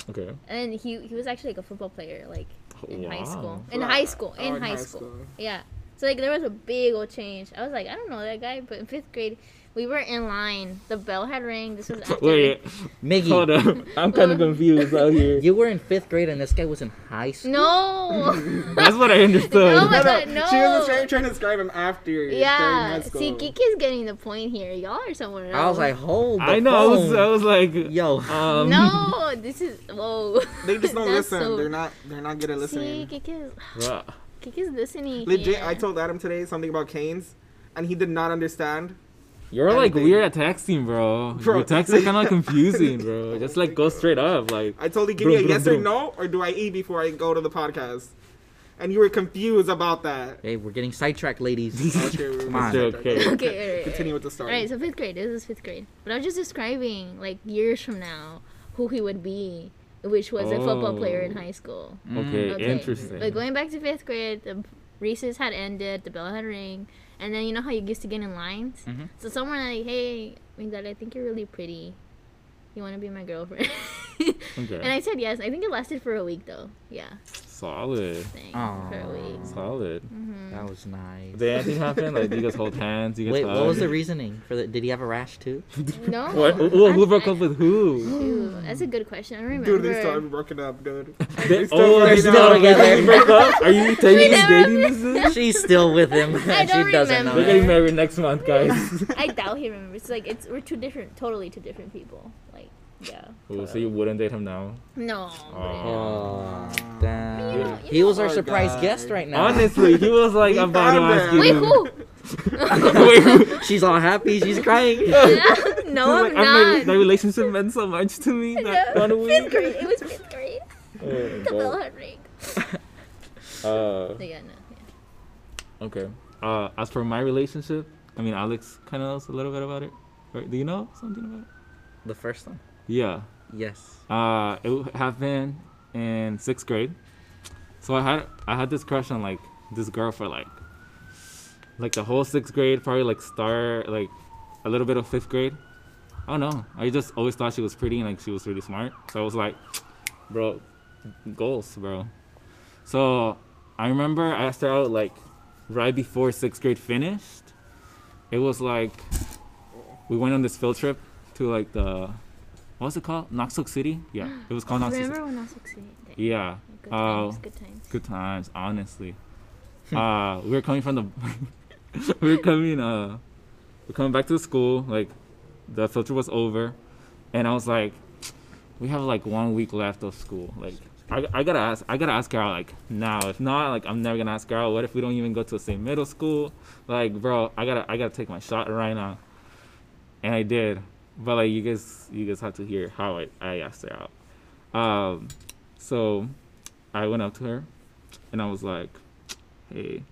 S1: Okay.
S4: and he he was actually like a football player, like in high school,
S1: Wow.
S4: in
S2: Wow.
S4: high school,
S2: Oh,
S4: in high, school. Yeah. So like there was a big old change. I was like, I don't know that guy, but in fifth grade, we were in line. The bell had rang. This was after.
S1: Wait,
S3: Miggy,
S1: hold up. I'm kind of confused out here.
S3: you were in fifth grade and this guy was in high school.
S4: No.
S1: That's what I understood.
S4: Oh my
S2: No, no,
S4: God, no.
S2: She was trying, trying to describe him after. during
S4: yeah.
S2: high
S4: See,
S2: school.
S4: Kiki's getting the point here. Y'all are somewhere else.
S3: I was like, hold the
S1: I know. I was, I
S3: phone.
S1: was like,
S3: Yo.
S1: um,
S4: no, this is whoa.
S2: They just don't
S4: That's
S2: listen.
S4: so-
S2: They're not. They're not good at
S4: See,
S2: listening.
S4: Kiki's
S1: bruh.
S4: Kiki's listening.
S2: Legit,
S4: here.
S2: I told Adam today something about canes, and he did not understand.
S1: You're like
S2: Anything.
S1: weird at texting, bro.
S2: Bro.
S1: Your texts are kind of confusing, bro. Just like go straight up, like.
S2: I told you, give
S1: Bro,
S2: me a
S1: bro,
S2: yes
S1: bro.
S2: or no, or do I eat before I go to the podcast? And you were confused about that.
S3: Hey, we're getting sidetracked, ladies.
S2: Okay, we-
S3: Come on.
S1: It's okay.
S4: Okay, alright,
S2: Continue with the story.
S4: Alright, so fifth grade. This is fifth grade. But I was just describing, like, years from now, who he would be, which was a football player in
S1: Oh.
S4: high school.
S3: Mm,
S1: Okay,
S4: Okay.
S1: interesting.
S4: But going back to fifth grade, the recess had ended, the bell had rang, and then you know how you used to get in lines?
S1: Mm-hmm.
S3: Mhm.
S4: So someone like, hey, Mingdad, I think you're really pretty. You want to be my girlfriend?
S1: okay.
S4: And I said yes. I think it lasted for a week, though. Yeah.
S1: Solid.
S4: thing for a
S3: Aw.
S4: week.
S1: Solid.
S4: Mm.
S3: That was nice.
S1: Did anything happen? Like, do you guys hold hands? Do you guys
S3: Wait, what was the
S1: hug?
S3: reasoning for that? Did he have a rash too?
S4: No.
S1: What? Who, who
S4: I'm-
S1: broke
S4: I-
S1: up with who?
S4: Dude, that's a good question. I don't remember.
S2: Dude, they still haven't broken up, dude.
S1: They,
S2: still
S1: oh, they're
S2: right
S1: still
S2: now.
S1: together. broke up? Are you taking
S4: never-
S1: dating this? is?
S3: She's still with him.
S4: I
S3: she doesn't
S4: don't
S1: They're
S4: remember.
S3: know.
S1: getting married next month, guys.
S4: I doubt he remembers. It's like it's we're two different, totally two different people. Like, yeah.
S1: Ooh, Oh, so you wouldn't date him now?
S4: No.
S1: Uh,
S3: Oh,
S4: You
S3: damn.
S4: know-
S3: He was our
S2: Poor
S3: surprise
S2: guy.
S3: guest right now.
S1: Honestly, he was like
S2: We
S1: about to
S2: found
S1: ask
S2: him.
S1: you.
S4: Wait, who?
S1: Wait, who?
S3: She's all happy. She's crying.
S4: no, I'm
S1: Like, I'm
S4: not.
S1: That relationship meant so much to me that
S4: No,
S1: one
S4: Fifth
S1: week.
S4: grade. It was fifth grade.
S1: Oh,
S4: Cabela Henrique.
S1: Uh,
S4: So, yeah, no. Yeah.
S1: okay. Uh, as for my relationship, I mean, Alex kind of knows a little bit about it. Right? Do you know something about it?
S3: The first one?
S1: Yeah.
S3: Yes.
S1: Uh, it w- happened in sixth grade. So I had I had this crush on like this girl for like like the whole sixth grade, probably like start like a little bit of fifth grade. I don't know. I just always thought she was pretty and like she was really smart. So I was like, bro, goals, bro. So I remember I asked her out like right before sixth grade finished. It was like we went on this field trip to like the what was it called? Knoxville City? Yeah. It was called Knoxville City.
S4: Remember when I was succeeding?
S1: Yeah.
S4: Good
S1: Oh.
S4: times. Good times.
S1: Good times, honestly. uh, we were coming from the, we were coming, uh, we're coming back to the school. Like, the filter was over, and I was like, we have like one week left of school. Like, I, I gotta ask, I gotta ask her out. Like, now, if not, like, I'm never gonna ask her out. What if we don't even go to the same middle school? Like, bro, I gotta, I gotta take my shot right now. And I did, but like, you guys, you guys have to hear how I, I asked her out. Um, so I went up to her and I was like, "Hey,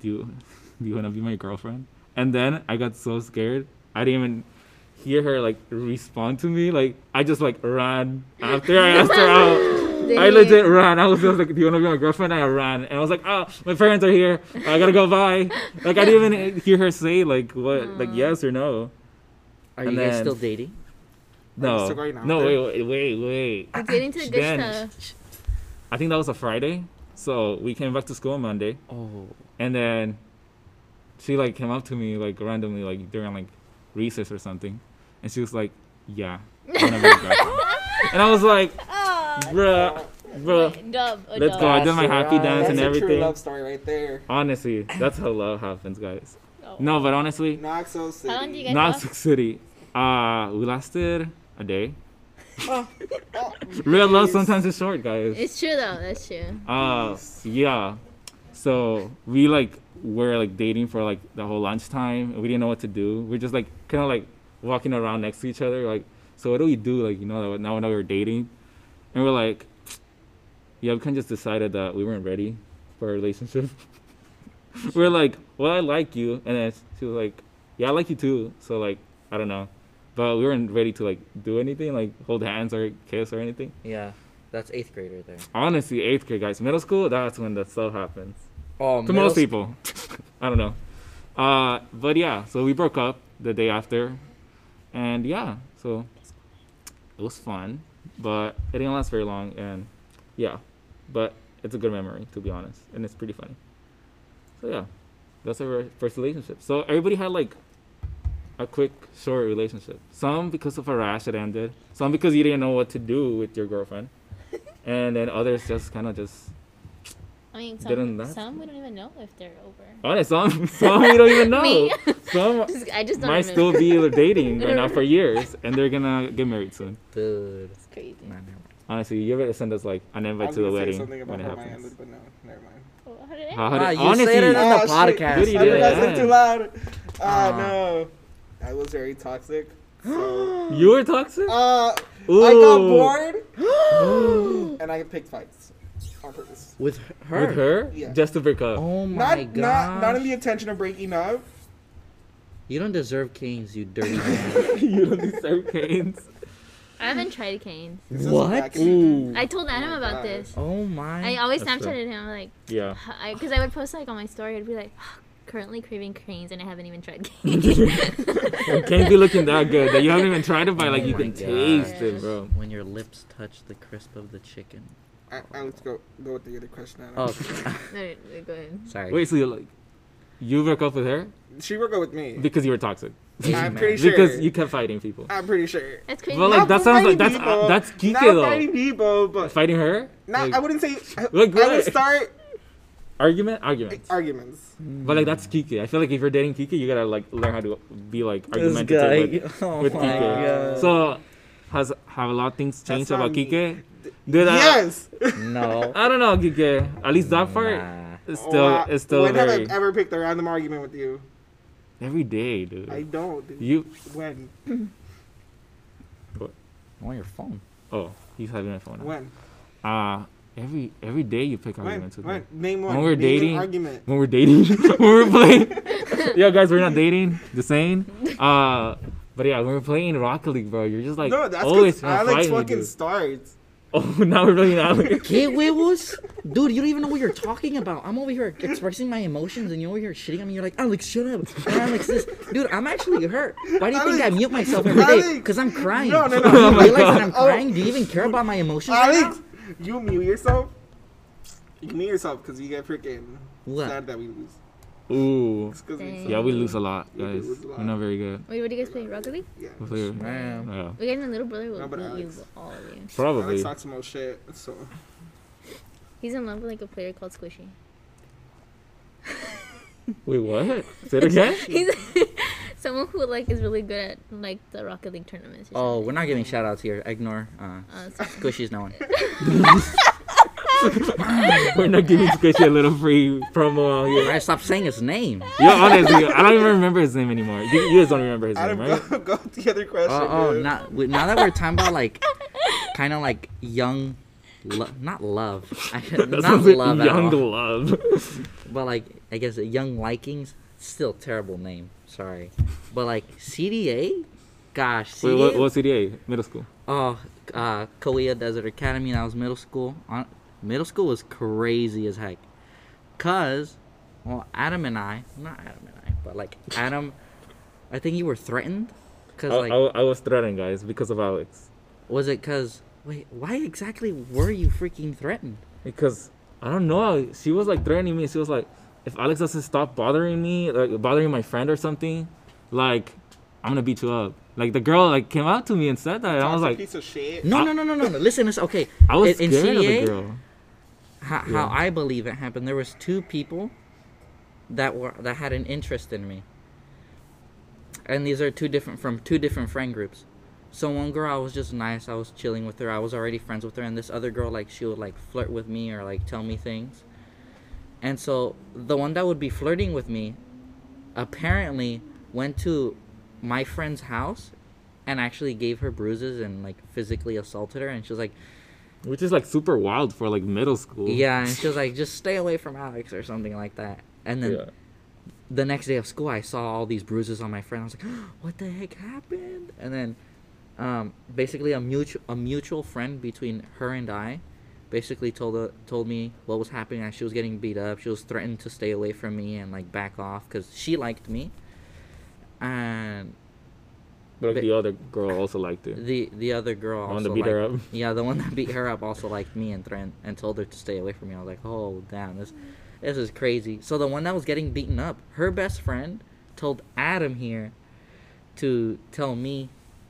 S1: do you do you want to be my girlfriend?" And then I got so scared, I didn't even hear her like respond to me. Like I just like ran after I asked her out. I legit ran. I was just like, "Do you want to be my girlfriend?" And I ran, and I was like, "Oh, my parents are here. I gotta go. Bye." Like I didn't even hear her say like what like yes or no.
S3: Are
S1: And
S3: you guys
S1: then-
S3: still dating?
S1: No,
S2: still going out
S1: no,
S2: there?
S1: wait, wait, wait, wait.
S4: We're getting to the good
S1: Then-
S4: stuff.
S1: I think that was a Friday, so we came back to school on Monday.
S3: Oh.
S1: And then she like came up to me like randomly like during like recess or something, and she was like, "Yeah." I wanna be a girlfriend." and I was like,
S4: Oh,
S1: "Bruh, bruh."
S4: Dub, a
S1: Let's go.
S4: dub.
S1: I did my happy
S3: That's
S1: dance
S2: That's
S1: and
S2: a true
S1: everything.
S2: love story right there.
S1: Honestly, that's how love happens, guys.
S4: Oh.
S1: No, but honestly,
S2: Knoxville City.
S4: long do you guys-
S1: not
S4: love?
S1: Six City. Uh, we lasted a day. Real love sometimes is short, guys.
S4: It's true though. That's true.
S1: Uh, yeah. So we like were like dating for like the whole lunchtime. and We didn't know what to do. We're just like kind of like walking around next to each other. Like, so what do we do? Like, you know, now now we're dating, and we're like, yeah, we kind of just decided that we weren't ready for a relationship. we're like, well, I like you, and then she was like, yeah, I like you too. So like, I don't know, but we weren't ready to like do anything, like hold hands or kiss or anything
S3: Yeah. That's eighth grade right there.
S1: honestly, eighth grade guys, middle school, that's when that stuff happens
S3: Oh,
S1: to most people. I don't know, uh, but yeah. So we broke up the day after, and yeah, so it was fun, but it didn't last very long, and yeah, but it's a good memory to be honest, and it's pretty funny. So yeah, that's our first relationship. So everybody had like a quick, short relationship. Some because of a rash that ended. Some because you didn't know what to do with your girlfriend, and then others just kind of just
S4: I mean,
S1: Didn't
S4: some,
S1: that-
S4: some we don't even know if they're over.
S1: Honest, some some we don't even know.
S4: Me.
S1: Some
S4: Just- I just don't
S1: might
S4: remember.
S1: still be dating right now for years, and they're gonna get married soon.
S3: Dude.
S4: It's crazy.
S3: Nah, never mind.
S1: Honestly, you ever send us like an
S2: I
S1: invite
S2: was
S1: to the
S2: gonna say
S1: wedding
S2: something about
S1: when it
S2: how mine
S1: happens?
S2: ended, but no, never mind.
S4: Well, how did it?
S1: How
S3: Ah,
S1: did,
S3: you said
S1: honestly,
S3: it on the
S2: Oh, shit.
S3: podcast.
S1: Good
S2: I
S1: idea.
S2: realized it's
S1: Yeah.
S2: too loud. Ah,
S3: Ah.
S2: no. I was very toxic. So,
S1: you were toxic.
S2: uh, I got
S1: Ooh.
S2: bored and I picked fights on purpose.
S3: With her.
S1: with her
S2: Yeah.
S1: just to break up.
S3: Oh my
S2: Not,
S3: god.
S2: not, not in the intention of breaking up.
S3: You don't deserve canes, you dirty man.
S1: you don't deserve canes.
S4: I haven't tried Canes.
S2: This is
S3: What?
S2: back
S1: Ooh,
S2: in-
S4: I told Adam
S2: my
S4: about
S2: gosh.
S4: this.
S3: Oh my.
S4: I always
S1: That's fair.
S4: Snapchatted him like,
S1: yeah.
S4: because I, would post like on my story. I'd be like, currently craving Canes and I haven't even tried Canes.
S1: It can't be looking that good that you haven't even tried it, but like
S3: Oh
S1: you
S3: my
S1: can
S3: gosh.
S1: taste it, bro.
S3: when your lips touch the crisp of the chicken.
S2: I, Alex, go go with the other question. I
S3: Oh,
S2: don't-
S4: No, no, go ahead.
S3: sorry.
S1: Wait, so you like you broke up with her
S2: She broke up with me.
S1: because you were toxic?
S2: I'm pretty sure. Uh,
S1: because you kept fighting people.
S2: I'm pretty sure.
S4: That's crazy.
S1: Well, like
S2: Not
S1: that sounds like
S2: fighting
S1: that's
S2: people.
S1: uh, that's geeky
S2: Not
S1: though.
S2: fighting people, but
S1: Fighting her?
S2: not,
S1: Like,
S2: I wouldn't say. I,
S1: Like
S2: I would
S1: what?
S2: start
S1: argument, argument.
S2: arguments.
S1: But like that's geeky. I feel like if you're dating geeky, you gotta like learn how to be like argumentative. with-
S3: oh
S1: with
S3: my
S1: Kike.
S3: god.
S1: So has have a lot of things changed
S2: not
S1: about
S2: me.
S1: Kike? Did I-
S2: yes.
S3: no.
S1: I, don't know, Kike. At least that part
S3: Nah.
S1: is still
S2: Wow.
S1: is still
S2: When
S1: very
S2: have I ever picked a random argument with you?
S1: every day, dude.
S2: I don't. Dude.
S1: you
S2: When?
S3: On your phone.
S1: oh he's having a phone.
S2: When?
S1: Ah, every every day you pick
S2: When?
S1: arguments with me.
S2: When? Name one.
S1: When we're
S2: Name an
S1: dating-
S2: argument.
S1: when we're dating, when we're playing. Yo, guys, we're not dating. Just saying. Uh, but yeah, when we're playing Rocket League, bro, you're just like
S2: no, that's
S1: always
S2: because
S1: trying
S2: Alex
S1: to fight me,
S2: fucking
S1: dude.
S2: starts.
S1: Oh, now we're playing Alex.
S3: Get huevos? Dude, you don't even know what you're talking about. I'm over here expressing my emotions and you're over here shitting on me. You're like, Alex, shut up. And Alex, this. Dude, I'm actually hurt. Why do you think I
S2: Alex,
S3: mute myself every day?
S2: Alex.
S3: Because I'm crying.
S2: No, no, no.
S3: Do you
S2: Oh my
S3: realize that I'm
S2: God. Oh.
S3: crying? Do you even care about my emotions? right now?
S2: Alex, you mute yourself. You mute yourself because you get freaking
S3: What?
S2: sad that we lose.
S1: Ooh.
S2: It's 'cause we
S4: Dang.
S2: suck.
S1: Yeah, we lose a lot,
S2: We do
S1: guys.
S2: lose a lot.
S1: We're not very good.
S4: Wait, what do you guys play? Rocket League?
S2: Yeah.
S1: We play-
S3: Man.
S1: yeah.
S4: We got a little brother will
S2: No, but
S4: beat you
S2: Alex.
S4: all of you.
S2: Alex
S1: Probably.
S2: talks some old shit. So
S4: He's in love with like a player called Squishy.
S1: Wait, what? Say it again?
S4: He's someone who like is really good at like the Rocket League tournaments. or
S3: Oh, we're not giving shout outs here. Ignore. Uh,
S2: Oh.
S4: something. Uh,
S3: Squishy's no one.
S1: we're not giving Squishy a little free promo out here.
S3: Right? Stop saying his name.
S1: Yo, honestly, I don't even remember his name anymore. You, you guys don't remember his name,
S2: Adam,
S1: right?
S2: go, go with the other question.
S3: Oh, oh
S2: dude.
S3: not, we- now that we're talking about like, kind of like young, lo- not love, I,
S1: That
S3: not
S1: sounds like
S3: love at
S1: young
S3: all,
S1: love.
S3: but like I guess uh, young Vikings, still terrible name. Sorry, but like CDA, gosh,
S1: Wait,
S3: CDA.
S1: what, what CDA? Middle school.
S3: Oh, uh, Kalia Desert Academy. And I was middle school. On middle school was crazy as heck, cause well, Adam and I, not Adam and I, but like Adam, I think you were threatened, cause
S1: I,
S3: like.
S1: I, I was threatened, guys, because of Alex.
S3: Was it because? Wait, why exactly were you freaking threatened?
S1: because I don't know. She was like threatening me. She was like, if Alex doesn't stop bothering me, like bothering my friend or something, like I'm gonna beat you up. Like the girl like came out to me and said that, and I was
S2: Toxic
S1: like,
S2: piece of shit.
S3: No, no, no, no, no, no. Listen, it's okay.
S1: I was
S3: in, in
S1: scared of the
S3: CDA,
S1: girl.
S3: How, how I believe it happened. There was two people that were that had an interest in me, and these are two different from two different friend groups. So one girl, I was just nice. I was chilling with her. I was already friends with her, and this other girl, like she would like flirt with me or like tell me things. And so the one that would be flirting with me, apparently went to my friend's house, and actually gave her bruises and like physically assaulted her. And she was like,
S1: Which is like super wild for like middle school.
S3: yeah, and she was like, just stay away from Alex or something like that. And then
S1: Yeah.
S3: the next day of school, I saw all these bruises on my friend. I was like, what the heck happened? And then um, basically a mutual a mutual friend between her and I basically told uh, told me what was happening. That she was getting beat up. She was threatened to stay away from me and like back off because she liked me. And
S1: But like
S3: But-
S1: the other girl also liked it.
S3: the the other girl also
S1: one that beat her
S3: liked-
S1: up?
S3: Yeah, the one that beat her up also liked me and threatened and told her to stay away from me. I was like, oh damn, this this is crazy. So the one that was getting beaten up, her best friend told Adam here to tell me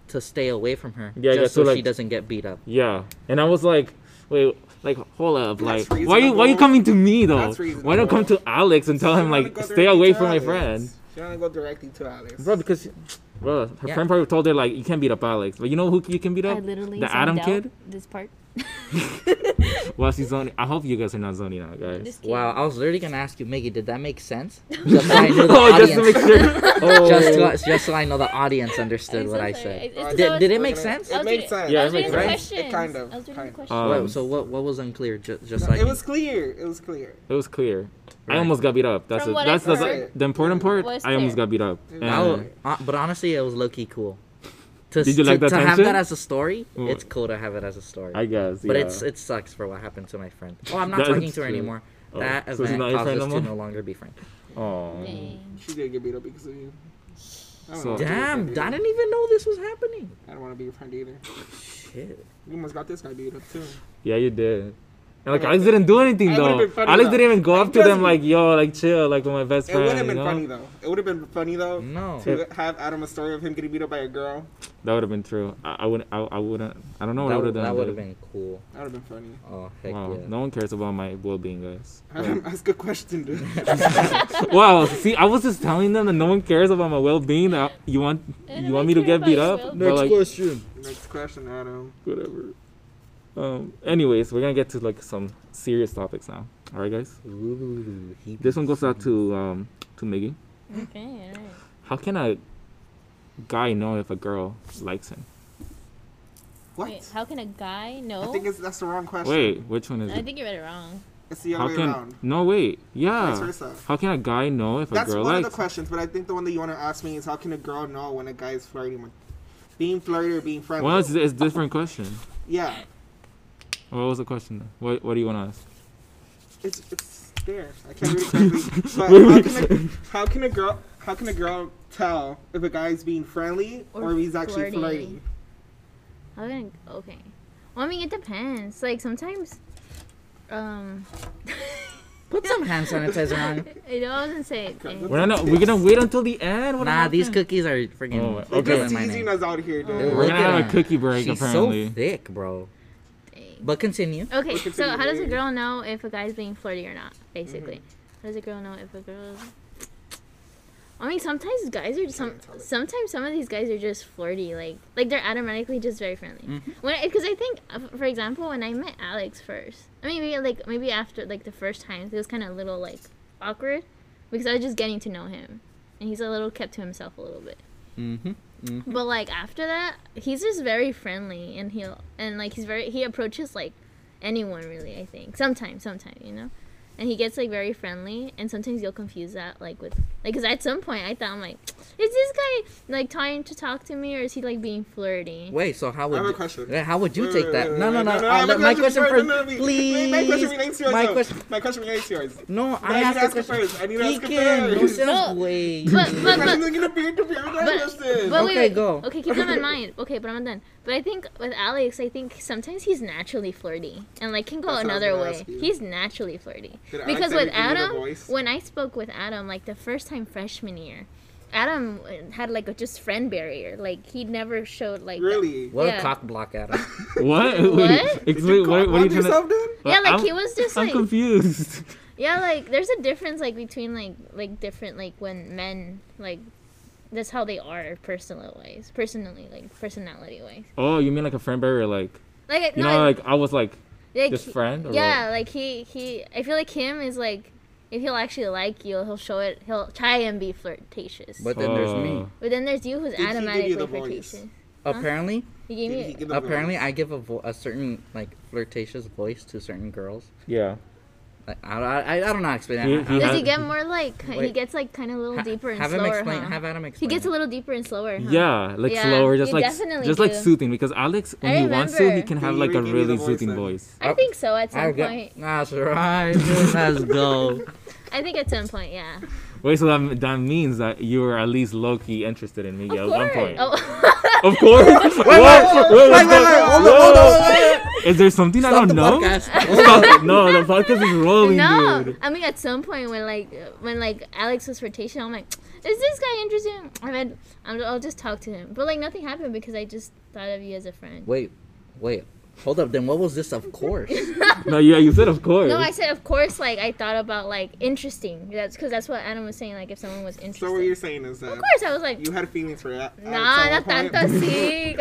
S3: to stay away from her,
S1: Yeah, yeah,
S3: just
S1: so,
S3: so, she
S1: like-
S3: doesn't get beat up.
S1: Yeah. And I was like, wait, like hold up, like
S2: That's
S1: why you why you
S2: reasonable.
S1: coming to me though?
S2: That's
S1: Why don't come
S2: reasonable.
S1: to Alex and tell
S2: She
S1: him
S2: wanna
S1: like
S2: go
S1: stay
S2: directly
S1: away
S2: to
S1: from my
S2: Alex.
S1: friend?
S2: She wanna go directly to Alex.
S1: Bro, because, she- bro, her
S3: Yeah.
S1: friend probably told her like you can't beat up Alex, but you know who you can beat up?
S4: I literally
S1: the Adam
S4: zoned out
S1: kid.
S4: This part.
S1: Well, she's zoning. I hope you guys are not zoning out, guys.
S4: Just kidding.
S3: Wow, I was literally gonna ask you, Miggy, did that make sense? Just so I knew the
S1: Oh, just
S3: audience.
S1: to make sure. Oh,
S3: just, to- just so I know the audience understood
S4: I'm
S3: what
S4: so
S3: I
S4: sorry.
S3: said.
S4: It's 'cause I
S3: Did-
S4: was-
S3: did it
S4: I
S3: make sense?
S4: was
S2: It
S4: reading-
S2: made sense.
S1: Yeah,
S4: I
S1: it
S4: was
S1: made
S4: reading the
S1: sense.
S2: It
S4: questions.
S2: kind of-
S4: I was reading
S2: kind
S4: the
S2: of.
S4: questions.
S1: Uh,
S3: Wait,
S1: Um,
S3: so what what was unclear? Just, just
S2: No,
S3: like
S2: it was clear. It was clear.
S1: it was clear. I
S3: Right.
S1: almost got beat up. That's
S4: From
S1: it.
S4: what
S1: That's,
S4: I've
S1: that's
S2: heard,
S1: the important part.
S4: was
S1: I almost
S4: clear.
S1: got beat up.
S2: That
S1: And-
S3: That was, uh, but honestly, it was low key cool. To,
S1: Did you
S3: to,
S1: like that
S3: to have
S1: tension?
S3: that as a story?
S1: Well,
S3: It's cool to have it as a story.
S1: I guess.
S3: but
S1: yeah.
S3: it's it sucks for what happened to my friend. Oh, I'm not
S1: That's
S3: talking to her
S1: true.
S3: anymore.
S1: Oh,
S3: that
S1: so she's
S3: event
S1: not your
S3: caused
S1: friend
S3: us
S1: no
S3: to
S1: more?
S3: no longer be friends.
S1: Aw.
S4: Dang.
S2: She did get beat up because of you. I don't
S1: So-
S2: wanna be your friend
S3: Damn,
S2: either.
S3: I didn't even know this was happening.
S2: I don't want to be your friend either.
S3: Shit.
S2: You almost got this guy beat up too.
S1: Yeah, you did. And, like
S2: Okay.
S1: Alex didn't do anything
S2: It would've
S1: though.
S2: been funny,
S1: Alex
S2: though.
S1: didn't even go up to
S2: Just-
S1: them like, "Yo, like chill, like with my best
S2: It
S1: friend."
S2: would have been
S1: you know? Mm.
S2: funny though. It would have been funny though
S3: No.
S2: to have Adam a story of him getting beat up by a girl.
S1: That would have been true. I, I wouldn't. I, I wouldn't. I don't know what I
S3: that
S1: would have done.
S3: that would have
S1: but-
S3: been cool.
S2: That would have been funny.
S3: Oh heck
S1: Wow,
S3: yeah.
S1: no one cares about my well-being, guys.
S2: Adam, ask a question, dude.
S1: wow, see, I was just telling them that no one cares about my well-being. Uh, You want
S4: And
S1: you
S4: I
S1: want me to
S4: care
S1: get beat up?
S4: about your
S1: But,
S4: well-being.
S1: like,
S3: question.
S2: Next question, Adam.
S1: whatever. Um. Anyways, we're gonna get to like some serious topics now. All right, guys.
S3: Ooh, he
S1: This one goes out to um to Miggy.
S4: Okay, all right.
S1: How can a guy know if a girl likes him?
S2: What?
S4: Wait, how can a guy know?
S2: I think it's that's the wrong question.
S1: Wait, which one is
S4: I
S1: it?
S4: think you read it wrong.
S2: It's the other
S1: How
S2: way
S1: can
S2: around.
S1: no wait?
S2: Vice
S1: Yeah.
S2: versa.
S1: How can a guy know if a
S2: That's
S1: girl
S2: one
S1: likes?
S2: of the questions, but I think the one that you want to ask me is how can a girl know when a guy is flirting with, being flirty or being friendly?
S1: Well, it's, it's different question.
S2: yeah,
S1: What was the question? then? What What do you want to ask?
S2: it's it's there. I can't read it correctly. But how, can a, how can a girl how can a girl tell if a guy is being friendly or,
S4: Or
S2: if he's actually flirting?
S4: flirting. How can a, okay? Well, I mean, it depends. Like sometimes, um,
S3: Put some hand sanitizer on.
S4: it doesn't say.
S2: Okay.
S4: anything.
S1: We're not. We're gonna wait until the end. What
S3: nah, these
S1: happened?
S3: cookies are freaking.
S1: Oh,
S2: Like,
S1: Okay.
S2: okay,
S3: killing
S2: just
S3: my
S2: teasing
S3: name.
S2: us out here, dude.
S1: We're
S3: Look
S1: gonna
S3: at
S1: have a
S3: her.
S1: cookie break
S3: She's
S1: apparently.
S3: so thick, bro.
S4: Dang.
S3: But continue.
S4: Okay,
S2: Look at
S4: so
S2: the
S4: how does a
S2: way-
S4: girl know if a guy's being flirty or not? Basically, how does a girl know if a girl? I mean, sometimes guys are some.
S2: Can't tell it.
S4: Sometimes some of these guys are just flirty, like like they're automatically just very friendly. When because I think, uh, for example, when I met Alex first, I mean, maybe like maybe after like the first time, it was kind of a little like awkward because I was just getting to know him, and he's a little kept to himself a little bit.
S3: Mm-hmm.
S4: But like after that, he's just very friendly and he'll and like he's very he approaches like anyone really, I think. Sometimes, sometimes, you know. And he gets like very friendly and sometimes you'll confuse that like with like cuz at some point I thought I'm like is this guy like trying to talk to me or is he like being flirty?
S3: Wait, so how would
S2: have a
S3: you-
S2: question.
S3: Yeah, How would you
S2: Wait,
S3: take
S2: wait,
S3: that?
S2: wait,
S3: no,
S2: wait,
S3: no, no.
S2: wait,
S3: I'll let my question
S2: first.
S3: first,
S2: No, no, no, wait,
S3: please.
S2: My question relates to yours.
S3: My
S2: though.
S3: question.
S2: My question relates to yours.
S3: No,
S2: I
S3: I
S2: should ask
S3: asked the
S2: it
S3: question.
S2: first. I need to ask it
S3: Pecan,
S2: first.
S3: No,
S4: No,
S3: no. Wait.
S4: But but
S2: I'm
S4: but
S2: not gonna be interfering with that
S4: but,
S2: question.
S4: but wait,
S3: Okay,
S4: wait.
S3: go.
S4: Okay, keep them in mind. Okay, but I'm done. But I think with Alex, I think sometimes he's naturally flirty and like can go
S2: That's what I was
S4: another
S2: gonna
S4: way.
S2: ask you.
S4: He's naturally flirty
S2: Did Alex
S4: because
S2: ever
S4: with
S2: give you the
S4: Adam,
S2: voice?
S4: when I spoke with Adam, like the first time freshman year, Adam uh, had like a just friend barrier. Like he never showed like that-
S2: really?
S3: What
S4: Yeah.
S3: a cock block, Adam.
S1: What? Wait,
S4: What?
S2: Did
S1: explain.
S2: call
S1: What, what are you
S2: out
S1: trying to?
S2: yourself, dude?
S4: Yeah, like
S1: I'm,
S4: he was just
S1: I'm
S4: like
S1: confused.
S4: yeah, like there's a difference like between like like different like when men like that's how they are personal wise, personally like personality wise.
S1: Oh, you mean like a friend barrier? Like
S4: Like
S1: you
S4: no,
S1: know,
S4: I-
S1: like I was like
S4: like
S1: this
S4: he-
S1: friend. Or
S4: yeah like he he i feel like him is like if he'll actually like you he'll show it he'll try and be flirtatious but,
S3: But then there's me.
S1: Oh.
S4: then there's you who's
S2: he give you
S4: automatically
S2: the voice?
S4: flirtatious
S3: Apparently,
S4: he gave
S2: Did
S4: me
S2: he give the
S3: apparently,
S2: voice?
S3: I give a vo- a certain like flirtatious voice to certain girls.
S1: Yeah.
S3: Like I, I, I I don't know how to explain
S1: He-
S3: that.
S1: he
S3: I-
S4: does
S1: had-
S4: he get more like he
S3: Wait.
S4: gets like kind of a little
S3: ha-
S4: deeper and
S3: have
S4: slower
S3: him explain.
S4: huh?
S3: Have Adam explain.
S4: he gets a
S3: it.
S4: little deeper and slower huh?
S1: Yeah, like
S4: Yeah,
S1: slower, just
S4: you
S1: like
S4: definitely
S1: just like
S4: do.
S1: soothing because Alex, when
S4: I
S1: he wants to, he
S4: remember.
S1: can
S2: Did
S1: have
S2: you
S1: like a
S2: give me the
S1: really
S2: voice
S1: soothing
S2: then?
S1: voice.
S4: i think so at some
S3: I get-
S4: point
S3: That's right. dude, Let's go.
S4: i think at some point yeah
S1: Wait, so that, that means that you were at least low key interested in me at
S4: of
S1: one
S4: course
S1: point.
S4: oh
S1: Of course. What? What?
S3: wait,
S1: What's
S3: wait,
S1: going-
S3: wait, hold on,
S1: Whoa.
S3: hold on, wait,
S1: Is there something I
S3: Stop the
S1: don't know?
S3: podcast.
S1: Fuck, no, the podcast is rolling,
S4: no
S1: dude.
S4: i mean at some point when like when like alex was flirtation i'm like is this guy interesting i mean I'm- i'll just talk to him but like nothing happened because i just thought of you as a friend
S3: Wait, wait. Hold up. Then what was this? Of course.
S1: No, yeah, you said of course.
S4: No, I said of course. Like I thought about like interesting. That's because that's what Adam was saying. Like if someone was interested,
S2: So what you're saying is that
S4: of course I was like,
S2: you had feelings for that.
S4: nah, no tanto así, ganote.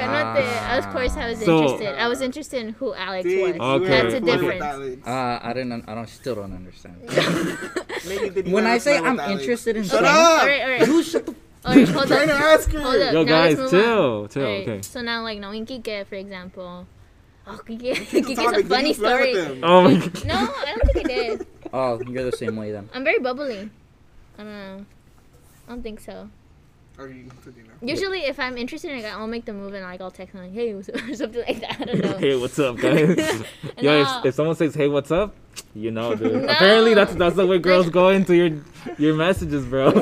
S3: Ah.
S4: Of course I was
S1: So-
S4: interested. I was interested in who Alex was.
S1: Okay.
S4: That's a
S1: Okay.
S4: difference.
S3: Uh, I didn't. I don't. Still don't understand.
S2: difference.
S3: When I say I'm interested in
S2: Shut
S3: something,
S2: up!
S4: All right, all right.
S3: you shut the.
S4: All right, hold
S2: Trying to
S4: up.
S2: ask her.
S4: Hold up.
S1: Yo,
S4: now let's
S1: guys,
S4: move
S1: chill,
S4: on.
S1: chill,
S4: Alright,
S1: okay.
S4: So now, like knowing Kike, for example. Oh, Kike, Kike's
S2: Tom,
S4: a
S2: did
S4: funny
S2: you flirt
S4: story.
S2: with him?
S4: No,
S1: Oh my god.
S4: I don't think I did.
S3: Oh, you're the same way then.
S4: I'm very bubbly. I don't know. I don't think so.
S2: Are you continue now?
S4: Usually, if I'm interested in a guy, I'll make the move and like I'll text him like, "Hey," what's up?" or something like that. I don't know.
S1: Hey, what's up, guys? Yo,
S4: No.
S1: if, if someone says, "Hey, what's up," you know, dude.
S4: No.
S1: Apparently, that's that's the way girls go into your your messages, bro.
S4: No,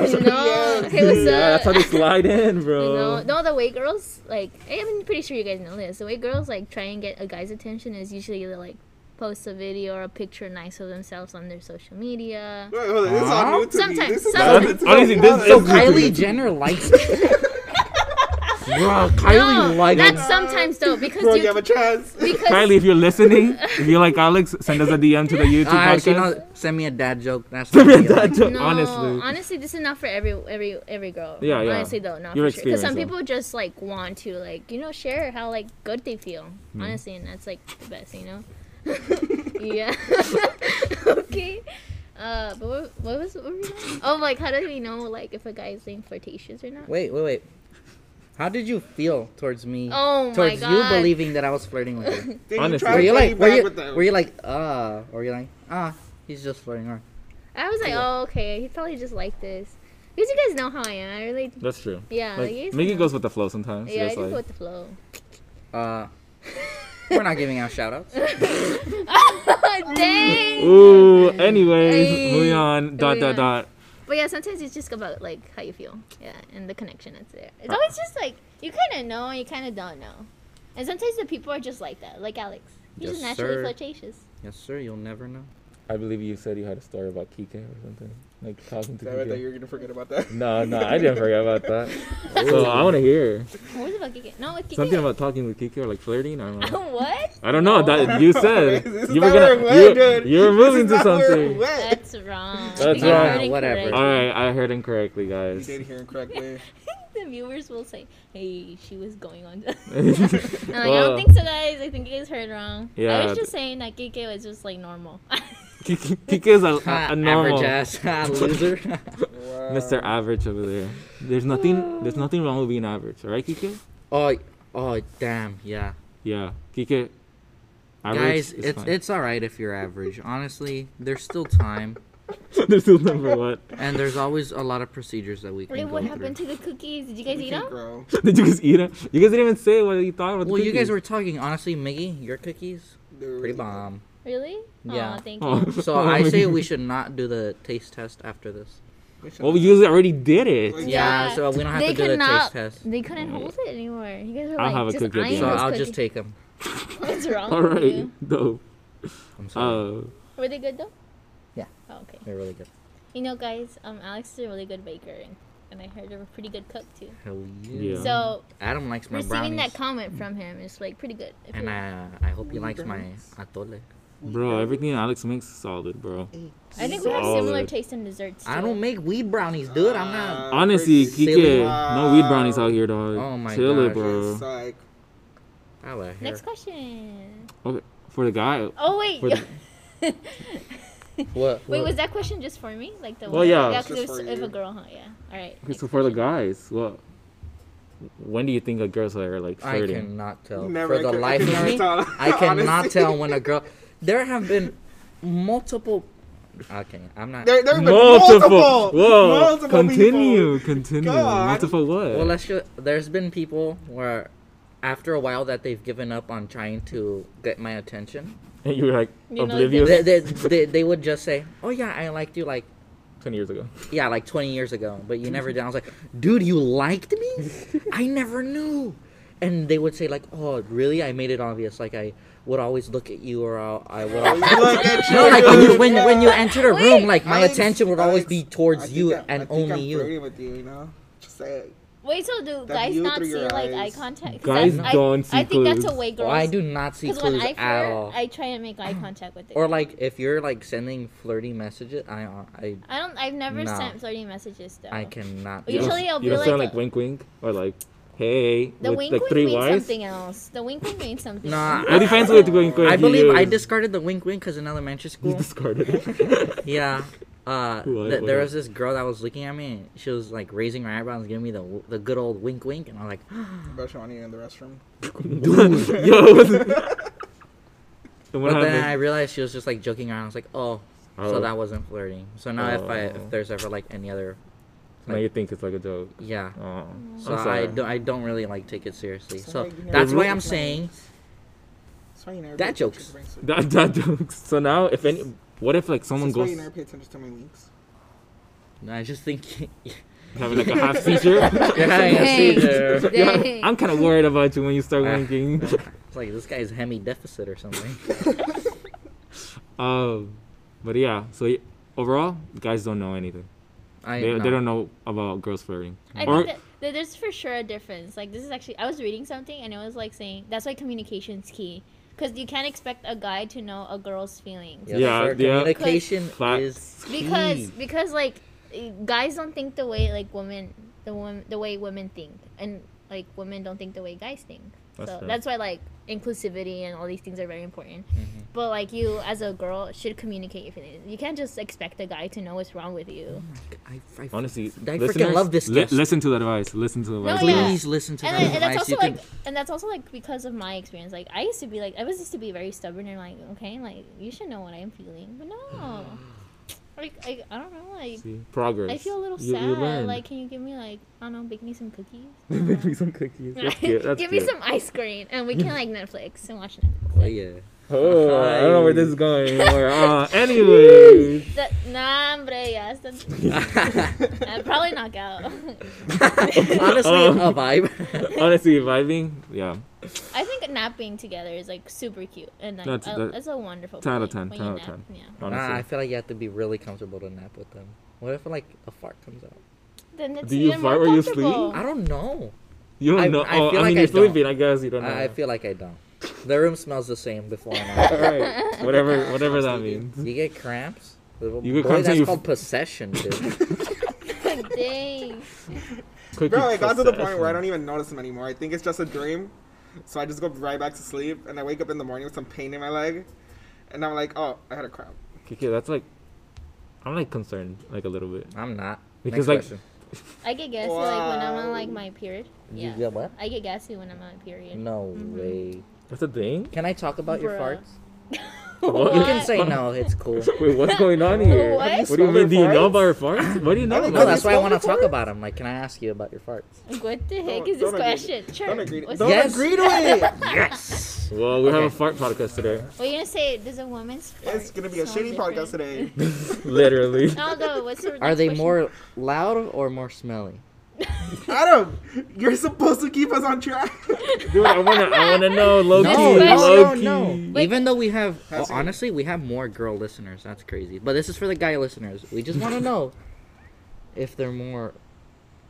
S4: hey, what's
S1: Yeah,
S4: up?
S1: that's how they slide in,
S4: no,
S1: bro.
S4: no, the way girls like, I'm pretty sure you guys know this. The way girls like try and get a guy's attention is usually they're like, post a video or a picture nice of themselves on their social media.
S2: Wait, hold on, this is all new to
S4: Sometimes-
S2: me. This is all
S4: sometimes-
S2: new to me.
S1: Honestly, this
S3: So
S1: is
S3: Kylie Jenner likes. Bro, Kylie
S4: No,
S3: likes.
S4: that's sometimes though because
S2: Bro, you
S4: you
S2: have a chance.
S4: because
S1: Kylie, if you're listening, if you like Alex, send us a DM to the YouTube
S3: Ah, actually,
S1: podcast.
S3: no, send me a dad joke. That's what I feel like.
S4: no,
S1: honestly,
S4: honestly, this is not for every every every girl.
S1: Yeah, yeah.
S4: Honestly, though, not
S1: Your
S4: for sure. Because some
S1: experience,
S4: people just like want to like you know share how like good they feel.
S1: Mm.
S4: Honestly, and that's like the best, you know. yeah. okay. Uh, but what, what was what were we on? oh like how do we know like if a guy is being flirtatious or not?
S3: Wait, wait, wait. How did you feel towards me?
S4: Oh my
S3: towards
S4: god.
S3: you believing that I was flirting with you?
S2: Did you
S1: Honestly.
S2: try
S3: were
S2: to
S3: you
S2: play
S3: like,
S2: back
S3: were you,
S2: with them?
S3: were you like, uh, or were you like, ah, he's just flirting? Or
S4: I was like, oh okay, he probably just like this. Because you guys know how I am. I really
S1: that's true.
S4: yeah. Like,
S1: Like,
S4: you guys
S1: Mickey
S4: know.
S1: goes with the flow sometimes.
S4: Uh, Yeah, I
S1: It's
S4: just go
S1: like,
S4: with the flow.
S3: uh, we're not giving out shout outs.
S4: Dang.
S1: Ooh. Anyways,
S4: Hey.
S1: moving on. Dot
S4: Moving
S1: dot dot.
S4: But yeah, sometimes it's just about like how you feel, yeah, and the connection that's there. It's always just like you kind of know and you kind of don't know, and sometimes the people are just like that, like Alex. He's just
S3: Yes,
S4: naturally
S3: sir.
S4: flirtatious.
S3: yes, sir. You'll never know.
S1: I believe you said you had a story about Kike or something, like talking to
S2: Damn, I thought you
S1: Kike.
S2: were gonna forget about that.
S1: No, no, I didn't forget about that. So I want to hear
S4: What was it about Kiki? No, with Kiki.
S1: something about talking with Kike or like flirting. I don't know.
S4: what? Oh,
S1: I don't know. That you said
S2: This is
S1: you were
S2: not where it
S1: gonna
S2: went,
S1: you,
S2: dude.
S1: you were
S2: This
S1: moving
S2: is
S1: to
S2: not where it
S1: something.
S2: went.
S4: That's wrong.
S1: That's
S4: I think you
S1: wrong.
S4: heard it
S3: Whatever.
S4: correctly.
S1: All right, I heard incorrectly,
S2: You
S1: guys.
S2: did hear incorrectly.
S4: the viewers will say, "Hey, she was going on." to-" I'm like, I
S1: Well,
S4: don't think so, guys. I think you guys heard wrong. I
S1: Yeah,
S4: was
S1: th-
S4: just saying that Kiki was just like normal.
S1: Kike Kike is a, a, a
S3: Ah, average
S1: normal
S3: ass ah, loser.
S2: Wow.
S1: Mr. Average over there. There's nothing. There's nothing wrong with being average, all right, Kike?
S3: oh, oh, damn, yeah.
S1: Yeah, Kike. Average
S3: Guys,
S1: is
S3: it's
S1: fine.
S3: it's all right if you're average. Honestly, there's still time,
S1: There's still number one.
S3: and there's always a lot of procedures that we can
S4: Wait,
S3: go
S4: what
S3: through.
S4: happened to the cookies? Did you guys
S2: We
S4: eat
S2: can
S4: them?
S2: grow.
S1: Did you guys eat it? You guys didn't even say what you thought about the
S3: well, you guys
S1: cookies.
S3: were talking honestly, Miggy. Your cookies,
S2: Dude.
S3: pretty bomb.
S4: Really?
S3: Yeah.
S4: Aw, thank you.
S1: Oh.
S3: So I say we should not do the taste test after this.
S2: We should-
S1: Well, you guys already did it.
S4: Yeah.
S3: Yeah, so we don't have
S4: they
S3: to do
S4: could
S3: the
S4: not.
S3: taste test.
S4: They couldn't hold it anymore. You guys are
S1: I'll
S4: like
S1: have a
S4: just
S1: cookie at the
S4: eyeing
S1: end.
S3: So
S4: this
S3: I'll
S4: cookie.
S3: just take them.
S4: What's wrong
S1: All
S4: with
S1: right,
S4: you?
S1: dope.
S3: I'm sorry.
S1: Uh,
S4: Were they good though?
S3: Yeah.
S4: Oh, okay.
S3: They're really good.
S4: You know, guys, um, Alex is a really good baker, and, and I heard you're a pretty good cook too.
S3: Hell yeah.
S1: Yeah.
S4: So
S3: Adam likes my
S4: receiving
S3: brownies,
S4: that comment from him is like pretty good. I
S3: and
S4: feel like.
S3: I I hope he likes my atole.
S1: bro, everything Alex makes is solid, bro.
S4: I think we have similar
S1: Solid.
S4: taste in desserts. Too.
S3: I don't make weed brownies, dude. I'm not.
S1: Honestly,
S2: pretty
S1: Kike, no weed
S2: Wow.
S1: brownies out here, dog.
S3: Oh my
S1: Chill it,
S3: gosh.
S1: bro.
S2: It's like,
S3: I like hair.
S4: Uh, Next question.
S1: For the guy.
S4: Oh wait.
S1: For the-
S3: What?
S4: Wait,
S3: what-
S4: was that question just for me? Like the
S1: Well,
S4: one-
S1: yeah.
S4: yeah, 'cause
S2: Just
S4: it was
S2: for
S4: if a
S2: you.
S4: girl, huh? Yeah. All right.
S1: Okay,
S4: next
S1: so for the
S4: question.
S1: guys, what? When do you think a girl's are like
S3: I
S1: flirting?
S3: cannot tell.
S2: you never
S3: For the
S2: could-
S3: life
S2: could
S3: of
S2: never
S3: me,
S2: tell,
S3: I cannot
S2: honestly.
S3: tell when a girl. There have been multiple. Okay, I'm not.
S2: There, there's
S1: multiple.
S2: multiple. multiple.
S1: Whoa.
S2: Multiple
S1: continue.
S2: people.
S1: Continue.
S2: God.
S1: Multiple what?
S3: Well, let's go. There's been people where, after a while, that they've given up on trying to get my attention.
S1: and you were like
S4: You know,
S1: oblivious
S3: They, they, they, they would just say, "Oh yeah, I liked you like
S1: 20 years ago.
S3: yeah like 20 years ago, but you never did." I was like, "Dude, you liked me? I never knew." And they would say like, "Oh really? I made it obvious. Like I would always look at you, or I'll, I would." Always...
S2: Look at
S3: No, like when you
S2: dude.
S3: when, when you
S2: Yeah.
S3: entered a
S4: Wait.
S3: room, like my
S2: Alex,
S3: attention would always
S2: Alex,
S3: be
S2: I
S3: towards
S2: think
S3: you
S2: I- I
S3: and
S2: think
S3: only
S2: I'm
S3: you.
S2: flirting with you, you know? Just say it.
S4: Wait, so do
S2: That
S4: guys
S2: view
S4: not
S2: through
S4: see
S2: your
S4: like eye
S2: eyes.
S4: contact? 'Cause
S1: Guys
S4: that's- I-
S1: don't see
S4: I think that's a
S1: clues.
S4: way girls.
S3: Well, I do not see
S4: Because when
S3: clues
S4: I
S3: at all.
S4: flirt, I try and make eye contact with it.
S3: Or like if you're like sending flirty messages, I I
S4: I don't. I've never
S3: No.
S4: sent flirty messages though.
S3: I cannot.
S4: Well, Usually
S1: you
S4: I'll
S1: don't,
S4: be
S1: you don't
S4: like
S1: sound
S4: a-
S1: like wink wink or like hey
S4: the
S1: with
S4: wink
S1: like
S4: wink
S1: three
S4: means
S1: Y's.
S4: something else. The wink wink means something.
S3: Nah,
S1: What defines with wink wink?
S3: I
S1: to
S3: believe
S1: you
S3: I
S1: is-
S3: discarded the wink wink because in elementary
S1: You
S3: school,
S1: discarded it.
S3: yeah, uh,
S1: What-
S3: th-
S1: what
S3: there
S1: is-
S3: was this girl that was looking at me. and She was like raising her eyebrows, and giving me the w- the good old wink wink, and I'm like,
S2: Brush on you in the restroom.
S1: Dude. Yo. what's- and what
S3: but then I
S1: happened?
S3: realized she was just like joking around. I was like, oh,
S1: Oh.
S3: so that wasn't flirting. So now if
S1: Oh.
S3: I if there's ever like any other,
S1: now you think it's like a joke.
S3: yeah.
S1: Oh.
S3: So
S1: I'm sorry.
S3: I don't, I don't really like take it seriously.
S2: That's
S3: So
S2: why you never
S3: that's
S1: did
S3: why
S1: it.
S3: I'm saying
S2: That's why you never
S3: Dad
S2: pay
S3: jokes.
S2: attention to my-
S1: That that joke. So now, if any, what if like someone
S2: That's why you
S1: goes
S2: never pay attention to my links.
S3: I just think
S1: having like a half seizure?
S4: Dang.
S3: yeah,
S1: Yeah,
S4: Dang.
S1: I'm kind of worried about you when you start
S3: Ah.
S1: winking.
S3: it's like this guy's hemi deficit or something.
S1: Um, but yeah, so y- overall, guys don't know anything.
S3: I
S1: They,
S3: no.
S1: they don't know about girls flirting.
S4: I
S1: Or
S4: think that, that there's for sure a difference. Like this is actually, I was reading something and it was like saying that's why communication's key, because you can't expect a guy to know a girl's feelings.
S1: Yeah, yeah.
S3: Communication
S1: Fact.
S3: is
S4: Because
S3: key.
S4: because like eh, guys don't think the way like women the women the way women think and like women don't think the way guys think.
S1: That's
S4: so
S1: fair.
S4: that's why like inclusivity and all these things are very important.
S3: Mm-hmm.
S4: But like you as a girl should communicate your feelings. You can't just expect a guy to know what's wrong with you.
S3: I, I,
S1: honestly,
S3: I freaking
S1: listeners,
S3: love this
S1: li-
S3: guest.
S1: listen to the advice. Listen to the
S4: No,
S1: advice.
S4: Oh, yeah.
S3: Please listen to
S4: and,
S3: that
S4: then, and that's
S3: advice.
S4: also
S3: You
S4: like
S3: could-
S4: and that's also like because of my experience like i used to be like i was used to be very stubborn and like okay like you should know what i'm feeling but no like i, I don't know like
S1: See, progress.
S4: i feel a little
S1: You- you
S4: sad
S1: learn.
S4: like can you give me like i don't know bake me some cookies
S1: Make me some cookies. That's cute. That's
S4: give me
S1: cute.
S4: some ice cream and we can like netflix and watch netflix
S3: Oh,
S4: Like,
S3: yeah.
S1: Oh, I don't know where this is going. anymore. uh, anyways.
S4: that, nah, hombre, yes, that's, I'd probably knock out.
S3: Oh, Honestly,
S1: Um,
S3: a vibe.
S1: Honestly, vibing, yeah.
S4: I think napping together is like super cute and like
S1: That's-
S4: I-
S1: that-
S4: it's a wonderful.
S1: 10 out of 10,
S4: feeling when
S1: 10
S4: you
S1: out of
S4: nap,
S1: 10.
S4: Yeah,
S1: Honestly.
S3: nah, Ah, I feel like you have to be really comfortable to nap with them. What if like a fart comes out?
S4: then it's
S1: Do you
S4: even more
S1: fart while you sleep?
S4: comfortable.
S3: I don't know.
S1: you don't
S3: I-
S1: know.
S3: I
S1: oh,
S3: feel
S1: I mean,
S3: like I
S1: you're
S3: don't.
S1: sleeping. I guess you don't know.
S3: I, I feel like I don't. The room smells the same before and after.
S1: All right. Whatever, whatever that means.
S3: You get cramps. You
S1: get
S3: Boy,
S1: cramps and
S3: that's
S1: you-
S3: called possession, dude.
S4: Dang.
S1: Cookie
S2: Bro, it got to the point
S1: possession.
S2: where I don't even notice them anymore. I think it's just a dream. So I just go right back to sleep and I wake up in the morning with some pain in my leg. And I'm like, oh, I had a cramp.
S1: Kiki, that's like, I'm like concerned, like a little bit.
S3: I'm not.
S1: Because,
S3: Next
S1: like,
S3: question.
S4: I get gassy like when I'm on
S2: Wow.
S4: like my period.
S3: You
S4: Yeah.
S3: get what?
S4: I get gassy when I'm on my period.
S3: No way.
S1: That's a thing.
S3: Can I talk about your
S4: Bruh.
S3: farts?
S1: What?
S3: You can say no. It's cool.
S1: Wait, what's going on here?
S4: What? Have you
S1: What do you
S2: smelled
S1: mean? Do you
S2: their
S1: know about her farts? What do you know
S2: No,
S1: about?
S3: No,
S1: it?
S3: that's why I
S2: smelled
S3: want to
S2: the
S3: talk
S2: farts?
S3: about them. Like, can I ask you about your farts?
S4: What the heck
S2: Don't-
S4: is this
S2: don't agree to-
S4: question? Sure.
S2: Don't agree.
S4: What's-
S2: Don't
S3: Yes.
S2: agree to it.
S3: Yes.
S1: Well, we have a
S3: Okay.
S1: fart podcast today.
S4: What are you gonna say? Does a woman's fart
S2: it's gonna be a
S4: smell
S2: shitty
S4: different?
S2: podcast today.
S1: Literally.
S4: No, no. What's the
S3: Are
S4: next
S3: they
S4: question?
S3: more loud or more smelly?
S2: Adam, you're supposed to keep us on track.
S1: Dude, I wanna, I wanna know, low
S4: No,
S1: key,
S4: no,
S1: low key.
S4: Wait.
S3: Even though we have, well,
S2: That's it.
S3: honestly, we have more girl listeners. That's crazy. But this is for the guy listeners. We just want to know if they're more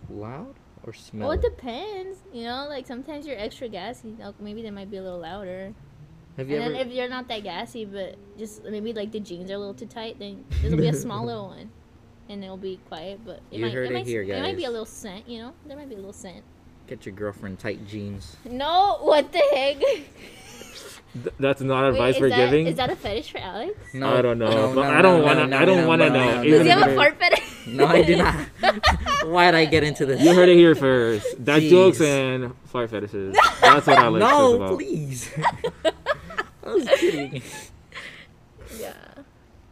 S3: loud or
S4: Well,
S3: smelly.
S4: it depends. You know, like sometimes you're extra gassy. Like, maybe they might be a little louder.
S3: have you
S4: And then
S3: ever?
S4: if you're not that gassy, but just maybe like the jeans are a little too tight, then it'll be a small little one, and it'll be quiet. But it
S3: You
S4: might,
S3: heard
S4: it
S3: it
S4: might,
S3: here,
S4: It might be
S3: guys.
S4: a little scent. You know, there might be a little scent.
S3: Get your girlfriend tight jeans.
S4: No, what the heck?
S1: Th- that's not
S4: Wait,
S1: advice
S4: is
S1: we're
S4: that-
S1: giving.
S4: Is that a fetish for Alex?
S3: No,
S1: I don't know, but I don't wanna- I don't wanna know.
S4: Does
S1: Even
S4: he
S1: if
S4: have
S1: it
S4: a
S1: is-
S4: fart fetish?
S3: No, I do not. Why did I get into this?
S1: You heard it here first. That
S3: Jeez.
S1: jokes and fart fetishes. That's what I like
S3: No,
S1: about.
S3: please. I was kidding,
S4: yeah.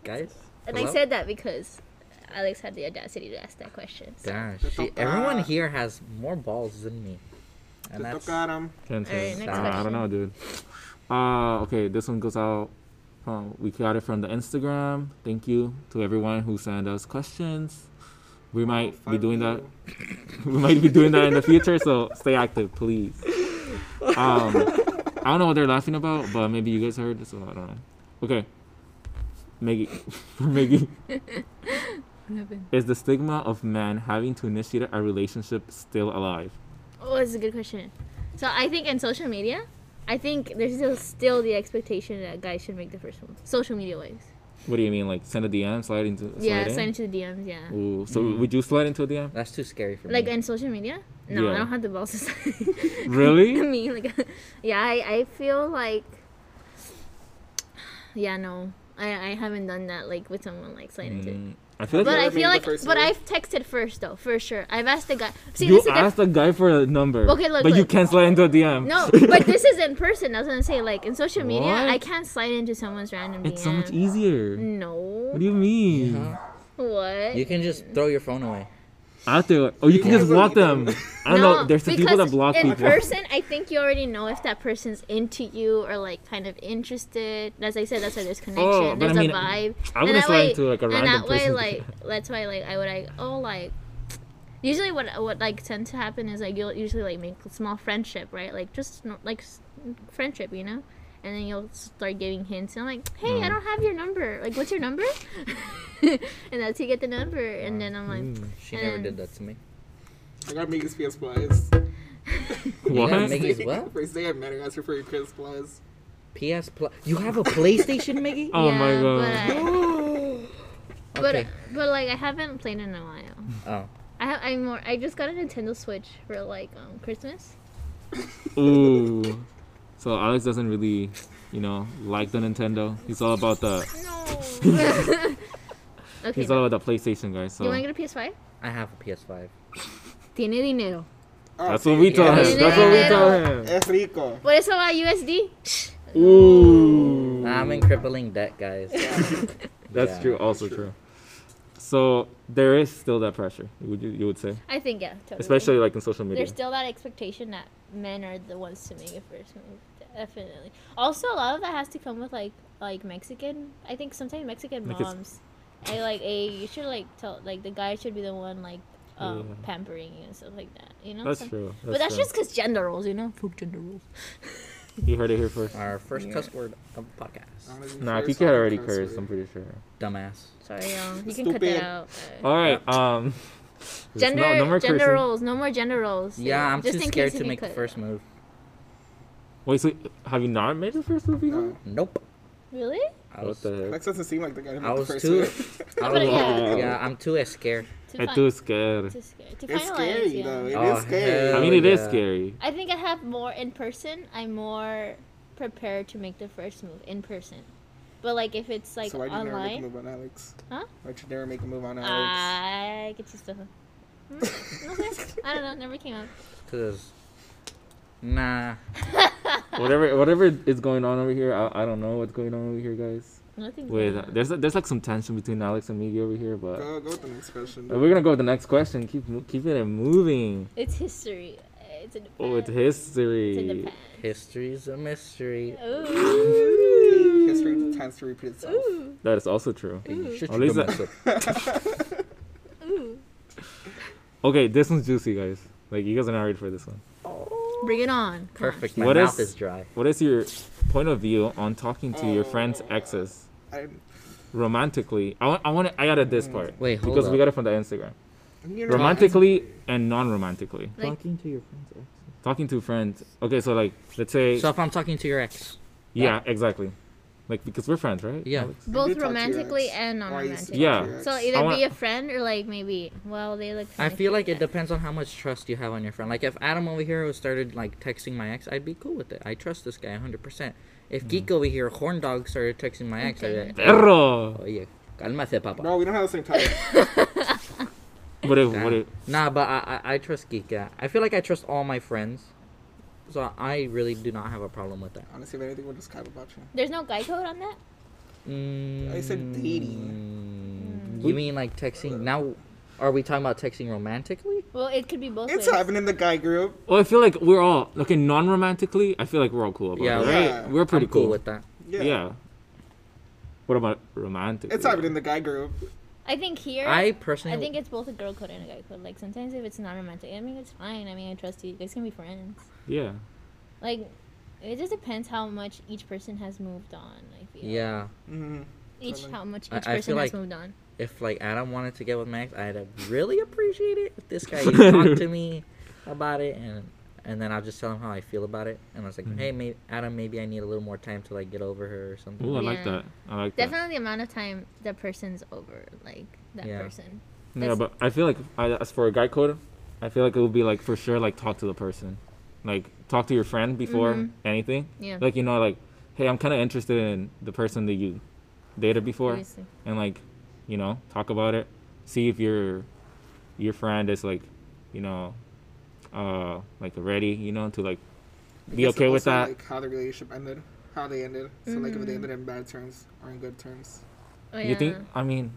S3: guys.
S4: And I
S3: hello?
S4: said that because Alex had the audacity to ask that question. So.
S3: Gosh, she, everyone here has more balls than me, and that's
S2: Adam.
S1: Can't
S4: All right,
S1: say.
S4: next
S1: Uh, I
S4: question.
S1: don't know, dude. Uh, okay, this one goes out. Um, we got it from the Instagram. Thank you to everyone who sent us questions. We might be doing that. We might be doing that in the future, so stay active, please. Um, I don't know what they're laughing about, but maybe you guys heard, so I don't know. Okay, Maggie, for Maggie, is the stigma of men having to initiate a relationship still alive?
S4: Oh, that's a good question. So I think in social media, I think there's still, still the expectation that guys should make the first move. Social media ways.
S1: What do you mean, like send a DM, slide into? Slide
S4: yeah,
S1: in?
S4: sign into the DMs. Yeah.
S1: Ooh, so would you slide into a DM?
S3: that's too scary for
S4: Like
S3: me.
S4: in social media? No, I
S1: Yeah.
S4: don't have the balls to sign. I
S1: Really?
S4: mean, like, yeah, I, I feel like, yeah, no, I, I haven't done that like with someone like sliding into.
S1: Mm, I feel like
S4: But
S2: Yeah,
S4: I
S2: I mean, the
S4: feel like,
S2: first
S4: but
S2: move.
S4: I've texted first though, for sure. I've asked the guy. See,
S1: you
S4: this is the,
S1: asked a guy for a number,
S4: Okay, look,
S1: but you
S4: look.
S1: can't slide into a DM.
S4: no, but this is in person. I was gonna say like in social media,
S1: What?
S4: I can't slide into someone's random
S1: it's
S4: DM.
S1: so much easier.
S4: No,
S1: What do you mean?
S3: Huh?
S4: what?
S3: Uh-huh. You can just throw your phone away.
S1: Out there, oh, you can
S2: Yeah.
S1: just block them. I don't know. There's the people that
S4: because
S1: block
S4: in
S1: people.
S4: person, I think you already know if that person's into you or like kind of interested. As I said, that's why there's connection.
S1: Oh, but I
S4: there's
S1: mean,
S4: a vibe.
S1: I wouldn't
S4: and that
S1: slide
S4: way,
S1: into, like, a
S4: and
S1: random
S4: that way,
S1: person.
S4: like that's why, like I would like oh like. Usually, what what like tends to happen is like you'll usually like make a small friendship, right? Like just no- like s- friendship, you know. and then you'll start giving hints. And I'm like, hey, I
S1: Mm.
S4: don't have your number. Like, what's your number? and that's how you get the number. And then I'm like,
S1: Mm.
S3: She never
S4: Um,
S3: did that to me.
S2: I got Miggy's PS Plus.
S1: What?
S3: Yeah, Miggy's what?
S2: First day I met her, I asked her for your PS Plus.
S3: PS Plus. You have a PlayStation, Miggy?
S1: Oh
S4: yeah,
S1: my
S4: But, I- but,
S3: okay.
S4: but like, I haven't played in a while.
S3: Oh.
S4: I have, I'm more. I just got a Nintendo Switch for like um, Christmas.
S1: Ooh. So Alex doesn't really, you know, like the Nintendo. He's all about the
S4: No. okay.
S1: he's
S4: Do
S1: all about the PlayStation guys. So
S4: you want to get a PS5?
S3: I have a PS5.
S4: Tiene dinero.
S2: Oh,
S1: that's
S2: see,
S1: what we told
S3: Yeah.
S1: him. That's what we told him.
S2: Es rico.
S4: Por eso va USD.
S1: Ooh.
S3: I'm in crippling debt, guys.
S1: That's
S3: Yeah.
S1: true. Also true. So there is still that pressure. Would you you would say,
S4: I think yeah. Totally.
S1: especially like in social media.
S4: There's still that expectation that men are the ones to make a first move. Definitely. Also, a lot of that has to come with like like Mexican. I think sometimes Mexican
S1: Like it's-
S4: moms, I like a you should like tell like the guy should be the one like um,
S1: Yeah.
S4: pampering you and stuff like that. You know.
S1: That's
S4: Some-
S1: true. That's
S4: but that's
S1: true.
S4: just because gender roles, you know. Fuck gender roles.
S1: you heard it here first.
S3: Our first cuss word of the podcast.
S2: Honestly,
S1: Nah,
S2: first
S1: Kiki had
S2: time
S1: already
S2: cuss
S1: cursed.
S2: word.
S1: I'm pretty sure.
S3: Dumbass.
S4: Sorry, y'all. You can cut that
S2: Stupid.
S4: out. Uh,
S1: All right. Um. it's not-
S4: gender gender
S1: cursing.
S4: roles. No more gender roles.
S3: Yeah, I'm
S4: Just
S3: too
S4: in
S3: scared
S4: case you
S3: to
S4: can
S3: make the
S4: cut it
S3: first
S4: out.
S3: move.
S1: Wait, so have you not made the first movie?
S2: No.
S3: Nope.
S4: Really?
S3: I
S1: What
S3: was,
S1: the heck?
S2: Lex doesn't seem like the guy who made
S3: I
S2: the
S3: was
S2: first
S3: too.
S2: move.
S3: I
S4: No,
S3: was,
S4: but yeah.
S3: yeah, I'm too scared.
S4: To
S1: I'm
S4: fin-
S1: too scared.
S4: to scare- to
S2: It's
S4: finalize,
S2: scary
S4: yeah.
S2: though. It is
S3: Oh,
S2: scary.
S1: I
S3: hell.
S1: mean, it is
S3: yeah.
S1: scary.
S4: I think I have more in person. I'm more prepared to make the first move in person. But like if it's like
S2: so why'd you never make a
S4: online,
S2: move on Alex?
S4: Huh? Uh,
S2: Why'd you never make a move on Alex?
S4: I get to stuff. Hmm? Okay. I don't know. Never came up.
S3: Cause, nah.
S1: whatever, whatever is going on over here, I, I don't know what's going on over here, guys.
S4: Nothing.
S1: Wait, there's there's like some tension between Alex and Miggy over here, but
S2: go, go with the next question.
S1: Uh, we're gonna go with the next question. Keep mo- keeping it moving.
S4: It's history. It's in the past.
S1: Oh, it's
S4: It's in the
S1: history.
S4: past.
S3: History's a mystery.
S4: Ooh.
S2: History tends to repeat itself.
S4: Ooh.
S1: That is also true.
S3: You should
S1: At least
S3: mess
S1: I-
S3: up.
S4: Ooh.
S1: Okay, this one's juicy, guys. Like you guys are not ready for this one.
S4: Bring it on. Come on.
S3: Perfect. My
S1: What
S3: mouth
S1: is-
S3: is dry.
S1: What is your point of view on talking to your friend's
S2: Oh.
S1: exes
S2: I,
S1: romantically? I want, I want, I got
S2: Mm.
S1: this part
S3: Wait, hold
S1: because we
S3: up.
S1: got it from the Instagram.
S2: you know,
S1: Romantically and non-romantically.
S4: Like-
S1: talking to your friends. Exes. Talking to friends. Okay, so like let's say
S3: So if I'm talking to your ex,
S1: Yeah, exactly. Like because we're friends, right?
S3: Yeah.
S1: Alex?
S2: talk
S4: Both
S2: to your
S4: romantically
S2: ex.
S4: and
S2: Why you
S4: non-romantically.
S2: still
S1: Yeah.
S2: talk to your
S4: So
S2: ex?
S4: either
S1: I wanna-
S4: be a friend or like maybe well they look.
S3: I feel like it
S4: depends.
S3: depends on how much trust you have on your friend. Like if Adam over here started like texting my ex, I'd be cool with it. I trust this guy 100%. If Geek over here, Horn Dog, started texting my ex, I'd be like,
S1: Perro.
S3: oye, cálmate, papa.
S2: No, we don't have the same type.
S1: What if?
S3: Damn.
S1: What if?
S3: Nah, but I, I I trust Geek. Yeah. I feel like I trust all my friends, so I really do not have a problem with that.
S2: Honestly, if anything, we'll just Skype about you.
S4: There's no guy code on that.
S3: Mm,
S2: I said
S1: Mm,
S2: dating.
S3: You mean like texting? Now, are we talking about texting romantically?
S4: Well, it could be both.
S2: It's
S4: ways.
S2: happening in the guy group.
S1: Well, I feel like we're all okay. Non-romantically, I feel like we're all cool about
S3: Yeah,
S1: it, right?
S2: yeah.
S1: We're pretty
S3: I'm cool with that.
S1: Yeah.
S2: Yeah.
S1: What about romantic?
S2: It's happening in the guy group.
S4: I think here.
S3: I
S4: I
S3: personally,
S4: think it's both a girl code and a guy code. Like sometimes if it's not romantic, I mean it's fine. I mean I trust you. You guys can be friends.
S1: Yeah.
S4: Like it just depends how much each person has moved on. I feel.
S3: yeah.
S2: Mm-hmm.
S4: Each
S2: totally.
S4: how much each
S3: I- I
S4: person
S3: feel
S4: has
S3: like-
S4: moved on.
S3: If like Adam wanted to get with Max, I'd uh, really appreciate it if this guy talked to me about it, and and then I'll just tell him how I feel about it, and I was like,
S1: Mm-hmm.
S3: hey, may Adam, maybe I need a little more time to like get over her or something.
S1: Ooh, I
S4: Yeah.
S1: like that. I like that.
S4: Definitely the amount of time the person's over like that
S3: Yeah.
S4: person.
S1: Yeah, but I feel like I, as for a guy code, I feel like it would be like for sure like talk to the person, like talk to your friend before
S4: Mhm.
S1: anything.
S4: Yeah.
S1: Like you know, like hey, I'm kind of interested in the person that you dated before,
S4: Obviously.
S1: and like you know talk about it, see if your your friend is like you know uh like ready you know to like be
S2: Because
S1: okay with
S2: also,
S1: that.
S2: Like how the relationship ended, how they ended. So like
S4: Mm.
S2: if they ended in bad terms or in good terms.
S4: Oh,
S1: You think?
S4: yeah.
S1: I mean,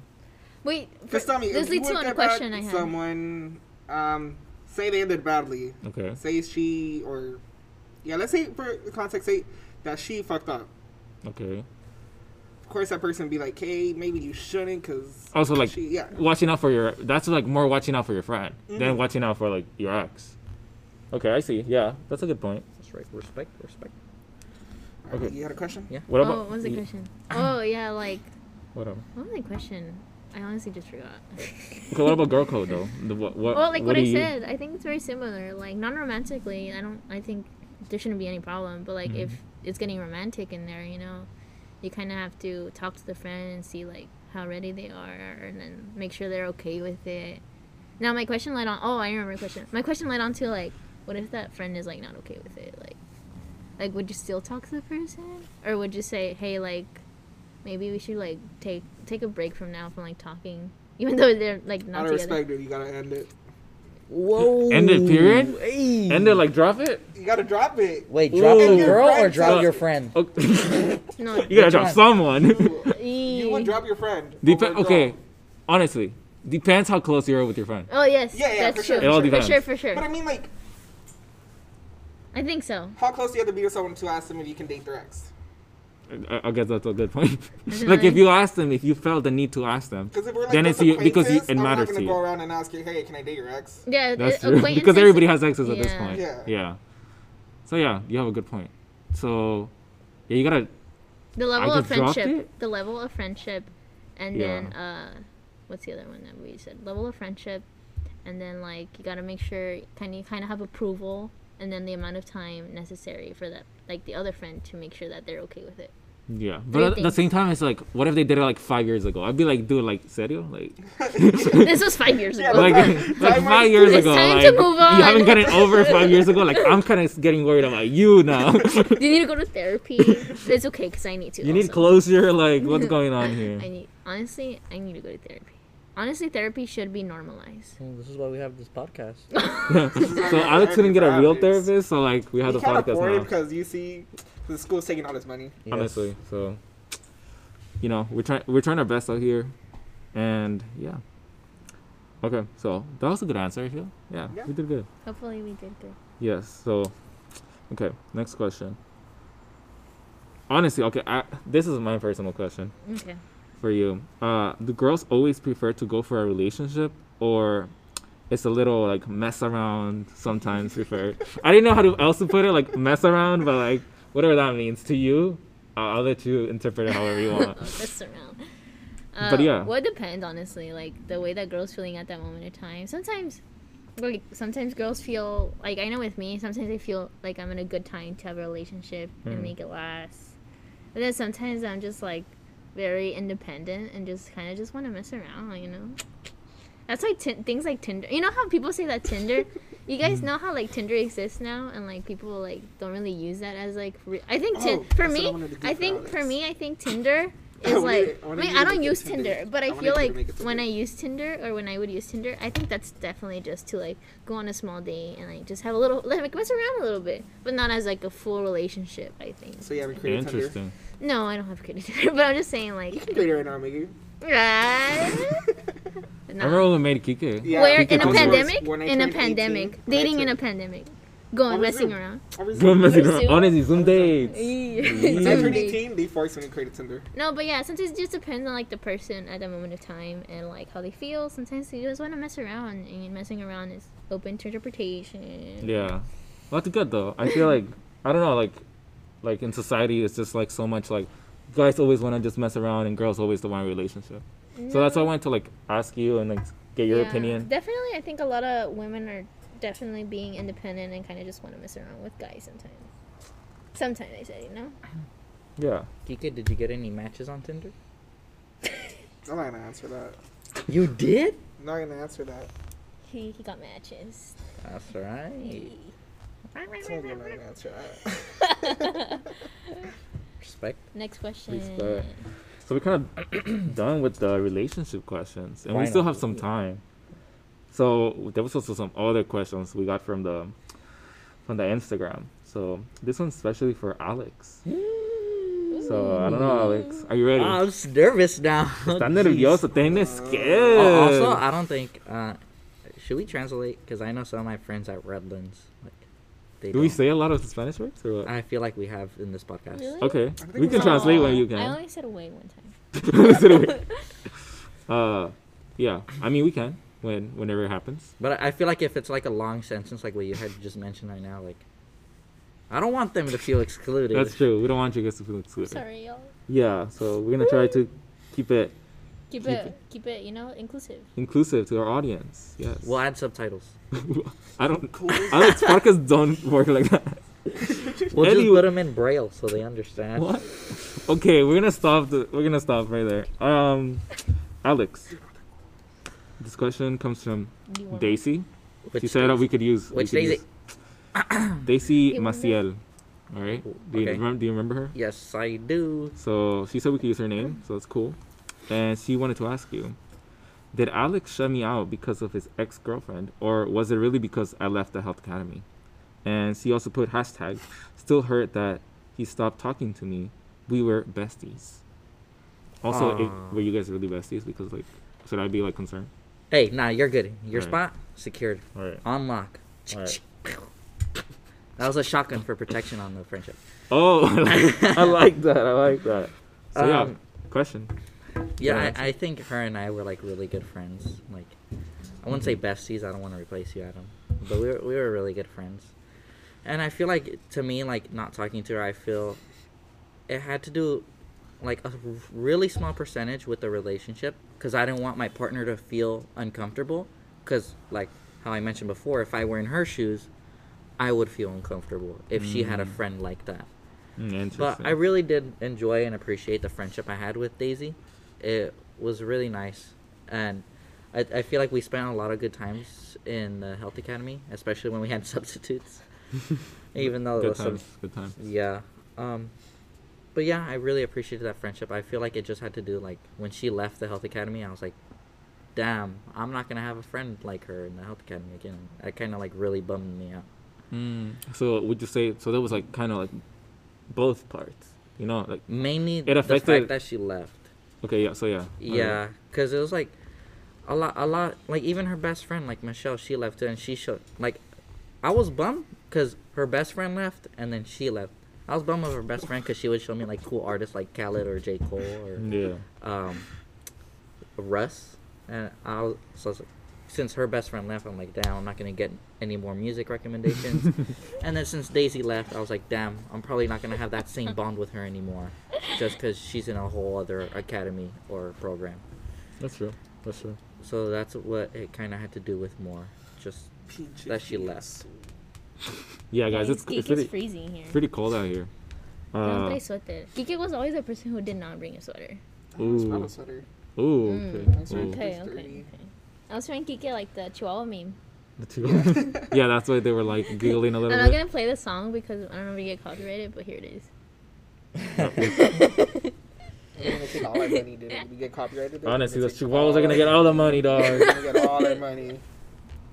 S4: Wait.
S2: Just tell me. if
S4: this
S2: you
S4: leads to
S2: were
S4: another
S2: to back
S4: question I had.
S2: Someone, um, say they ended badly.
S1: okay.
S2: Say she or yeah, let's say for context, say that she fucked up.
S1: Okay.
S2: Of course, that person be like, "Hey, maybe you shouldn't," because
S1: Also, Oh, like,
S2: she, yeah,
S1: watching out for your that's like more watching out for your friend than watching out for like your ex okay i see yeah that's a good point
S3: That's right. Respect, respect.
S2: Okay.
S1: Okay.
S2: You had a question?
S3: Yeah.
S1: What
S4: oh,
S1: about?
S4: what was the
S1: y-
S4: question? Oh yeah, like
S1: Whatever.
S4: what was the question? I honestly just forgot.
S1: Okay, what about girl code though? The, what, what,
S4: well, like what,
S1: do
S4: I
S1: you-
S4: said, I think it's very similar. Like non-romantically, I don't. I think there shouldn't be any problem. But like if
S1: Mm-hmm.
S4: it's getting romantic in there, you know, you kind of have to talk to the friend and see like how ready they are, and then make sure they're okay with it. Now my question led on. Oh, I remember a question. My question led on to like, what if that friend is like not okay with it? Like, like would you still talk to the person, or would you say, hey, like, maybe we should like take take a break from now from like talking, even though they're like not
S2: Out of
S4: together.
S2: respect, dude, you gotta end it.
S3: Whoa.
S1: End it, period?
S3: Hey.
S1: And then like drop it.
S2: You gotta drop it.
S3: Wait, drop
S1: Ooh.
S3: your girl or
S2: Friends
S3: drop
S1: up.
S3: your friend?
S1: Okay.
S4: No,
S1: you gotta
S3: Which
S1: drop
S3: one?
S1: someone.
S2: You, you
S4: E.
S2: would drop your friend.
S1: Dep-
S2: over a girl.
S1: okay, honestly, depends how close you are with your friend.
S4: Oh yes.
S2: Yeah, yeah,
S4: that's
S2: for
S4: true.
S2: sure,
S1: It all
S4: for
S1: depends.
S4: sure, for sure.
S2: But I mean, like,
S4: I think so.
S2: how close do you have to be to someone to ask them if you can date their ex?
S1: I, I guess that's a good point.
S4: Isn't
S1: like if
S4: it?
S1: you ask them, if you felt the need to ask them,
S2: Because if we're like
S1: then it's
S2: just
S1: you because you,
S2: acquaintances,
S1: it
S2: I'm
S1: matters to
S2: not gonna go
S1: you.
S2: around and ask you, hey, can I date your ex?
S4: Yeah,
S1: That's
S4: uh,
S1: true. Because
S4: acquaintances-
S1: everybody has exes at this
S4: Yeah.
S1: point.
S2: Yeah.
S1: yeah. So yeah, you have a good point. So yeah, you gotta
S4: The level
S1: I
S4: of
S1: just dropped
S4: friendship.
S1: it?
S4: The level of friendship, and
S1: Yeah.
S4: then uh, what's the other one that we said? Level of friendship, and then like you gotta make sure can you kind of have approval, and then the amount of time necessary for that like the other friend to make sure that they're okay with it.
S1: Yeah,
S4: do
S1: but
S4: you
S1: at the
S4: think?
S1: same time, it's like, what if they did it like five years ago? I'd be like, dude, like, serio? Like,
S4: this was five years ago.
S2: Yeah,
S1: like,
S2: right.
S1: like
S2: Time
S1: five
S2: is-
S1: years
S4: It's
S1: ago,
S4: time
S1: like,
S4: to move
S1: you haven't
S4: on.
S1: gotten over five years ago. Like, I'm kind of getting worried about you now.
S4: you need to go to therapy. it's okay because I need to.
S1: you need
S4: also.
S1: closure. Like, what's going on here?
S4: I need honestly, I need to go to therapy. Honestly, therapy should be normalized.
S3: This is why we have this podcast.
S1: so Alex couldn't get a real therapist, so like, we have
S2: you
S1: the
S2: can't afford it
S1: podcast now.
S2: because you see the school's taking all this money.
S3: Yes.
S1: Honestly, so you know, we're trying we're trying our best out here, and yeah. Okay, so that was a good answer. I feel. yeah.
S2: Yeah.
S1: we did good.
S4: Hopefully, we did good.
S1: Yes. So, okay. Next question. Honestly, okay. I, this is my personal question
S4: Okay.
S1: for you. Uh, do girls always prefer to go for a relationship, or it's a little like mess around sometimes preferred? I didn't know how to else to put it, like mess around, but like whatever that means to you, I'll, I'll let you interpret it however you want.
S4: Oh, that's around. Uh,
S1: But yeah.
S4: Well, it depends, honestly. Like the way that girls feeling at that moment in time. Sometimes, like sometimes girls feel like I know with me. Sometimes I feel like I'm in a good time to have a relationship
S1: Mm.
S4: and make it last. But then sometimes I'm just like very independent and just kind of just want to mess around. You know. That's why tin things like Tinder. You know how people say that Tinder. You
S1: Hmm.
S4: guys know how like Tinder exists now, and like people like don't really use that as like. Re- I think tin-
S2: Oh,
S4: for
S2: that's what I
S4: me,
S2: wanted to do
S4: I
S2: for
S4: think for
S2: Alex.
S4: me, I think Tinder is
S2: wanna-
S4: like.
S2: I
S4: I,
S2: wanna
S4: mean,
S2: you
S4: I
S2: to
S4: don't
S2: make
S4: use
S2: it Tinder.
S4: Tinder, but I,
S2: I wanna
S4: feel
S2: you to
S4: like
S2: make it
S4: when I
S2: Tinder.
S4: use Tinder or when I would use Tinder, I think that's definitely just to like go on a small date and like just have a little like mess around a little bit, but not as like a full relationship. I think.
S2: So you haven't created Tinder.
S1: Interesting.
S4: No, I don't have created Tinder, but I'm just saying like.
S2: You can create it right now, Miggy.
S4: Ah,
S1: I
S4: nah.
S1: remember when we made Kike.
S2: Yeah.
S4: Where
S1: Kike
S4: in a
S1: Converse,
S4: pandemic?
S2: when I
S4: In a
S2: turned 18,
S4: pandemic,
S2: when I
S4: dating in a
S2: turned-
S4: pandemic, going
S2: On
S4: messing
S2: Zoom.
S4: around.
S2: I was-
S1: Zoom message.
S4: Zoom.
S1: Honestly, Zoom dates.
S4: Eee.
S2: When I
S1: Yeah.
S2: turned 18, they forced me to create a Tinder.
S4: No, but yeah, sometimes it just depends on like the person at that moment of time and like how they feel. Sometimes you just want to mess around, and messing around is open to interpretation.
S1: Yeah, well, that's good though. I feel like I don't know, like, like in society, it's just like so much like guys always want to just mess around and girls always the one relationship. So that's why I wanted to like ask you and like get your
S4: Yeah.
S1: opinion.
S4: Definitely, I think a lot of women are definitely being independent and kind of just want to mess around with guys sometimes. Sometimes I say, you know.
S1: Yeah,
S3: Kike, did you get any matches on Tinder?
S2: I'm not gonna answer that.
S3: You did?
S2: I'm not gonna answer that.
S4: He, he got matches.
S3: That's right.
S2: Totally not gonna answer that.
S3: Respect.
S4: Next question.
S1: Respect. so we're kind of done with the relationship questions, and we still have some time. So there was also some other questions we got from the from the Instagram. So this one's especially for Alex. So I don't know, Alex, are you ready?
S3: Oh, I'm s- nervous now.
S1: Está
S3: Jeez.
S1: nervioso, tiene
S3: Al-
S1: scared.
S3: Also, I don't think. Uh, should we translate? Because I know some of my friends at Redlands. Like, they
S1: Do we
S3: don't.
S1: say a lot of Spanish words or what?
S3: I feel like we have in this podcast.
S4: Really?
S1: okay,
S2: think
S1: we
S2: we
S1: can
S2: said-
S1: translate when
S4: Aw,
S1: you
S4: I
S1: can.
S4: only said away one time.
S1: uh, yeah, I mean we can when whenever it happens.
S3: But I I feel like if it's like a long sentence, like what you had just mentioned right now, like I don't want them to feel excluded.
S1: That's true. We don't want you guys to feel excluded.
S4: Sorry, y'all.
S1: Yeah, so we're gonna try to keep it
S4: Keep,
S1: Keep
S4: it, keep it, you know, inclusive.
S1: inclusive to our audience. Yes.
S3: We'll add subtitles.
S1: I don't. Alex podcasts don't work like that.
S3: We'll just
S1: Anyway-
S3: put them in braille so they understand.
S1: What? Okay, we're gonna stop. The, we're gonna stop right there. Um, Alex, this question comes from
S4: You want-
S1: Daisy.
S3: Which
S1: she said that we could use. we
S3: which
S1: could
S3: Daisy?
S1: use- Daisy
S4: You remember?
S1: Maciel. All right. Do you
S3: Okay.
S1: remember? Do you remember her?
S3: Yes, I do.
S1: So she said we could use her name, so that's cool. And she wanted to ask you, did Alex shut me out because of his ex girlfriend, or was it really because I left the health academy? And she also put hashtag, still hurt that he stopped talking to me. We were besties. Also,
S3: Aw.
S1: if, were you guys really besties? Because like, should I be like concerned?
S3: Hey, nah, you're good. Your
S1: Alright.
S3: spot secured.
S1: All right.
S3: On lock.
S1: All right.
S3: That was a shotgun for protection on the friendship.
S1: Oh, I like, I like that. I like that. So yeah,
S3: Um,
S1: question.
S3: Yeah,
S1: Yeah.
S3: I, I think her and I were like really good friends. Like, I wouldn't say besties. I don't want to replace you, Adam. But we were, we were really good friends. And I feel like to me, like not talking to her, I feel it had to do like a really small percentage with the relationship because I didn't want my partner to feel uncomfortable. Because like how I mentioned before, if I were in her shoes, I would feel uncomfortable if she had a friend like that.
S1: Mm,
S3: But
S1: interesting.
S3: I really did enjoy and appreciate the friendship I had with Daisy. It was really nice, and I, I feel like we spent a lot of good times in the Health Academy, especially when we had substitutes. Even though it
S1: good
S3: was some,
S1: times. Good times.
S3: yeah, um, but yeah, I really appreciated that friendship. I feel like it just had to do like when she left the Health Academy, I was like, damn, I'm not gonna have a friend like her in the Health Academy again. That kind of like really bummed me out.
S1: Mm. So would you say so? That was like kind of like both parts, you know? Like
S3: Mainly the
S1: affected-
S3: fact that she left.
S1: okay, yeah. So yeah. alright.
S3: Yeah, because it was like a lot, a lot. Like even her best friend, like Michelle, she left and she showed. Like, I was bummed because her best friend left and then she left. I was bummed with her best friend because she would show me like cool artists like Khaled or J Cole or
S1: Yeah.
S3: um, Russ, and I was, so I was like, since her best friend left, I'm like, damn, I'm not gonna get any more music recommendations. and then since Daisy left, I was like, damn, I'm probably not gonna have that same bond with her anymore, just because she's in a whole other academy or program.
S1: That's true. That's true.
S3: So that's what it kind of had to do with more, just that she left.
S1: Yeah, guys, it's,
S4: Kike
S1: it's
S4: is
S1: pretty
S4: freezing here.
S1: pretty cold out here.
S4: Don't
S1: Uh,
S4: play sweater. Kike was always a person who did not bring a sweater.
S1: ooh,
S2: sweater.
S1: Uh, ooh, Oh,
S4: Mm.
S1: okay. ooh.
S4: Okay,
S2: It's
S4: okay,
S2: dirty.
S4: okay. I was showing Kike like the Chihuahua meme.
S1: The two- yeah, that's why they were like giggling a
S4: I'm
S1: little
S4: not
S1: bit.
S4: gonna play the song because I don't know if we get copyrighted, but here it is.
S2: We're gonna take all our money, dude. If We get copyrighted. they're
S1: Honestly,
S2: gonna
S1: those
S2: take
S1: chihuahuas are gonna get
S2: our-
S1: all the money, dog.
S2: They're gonna get all our money.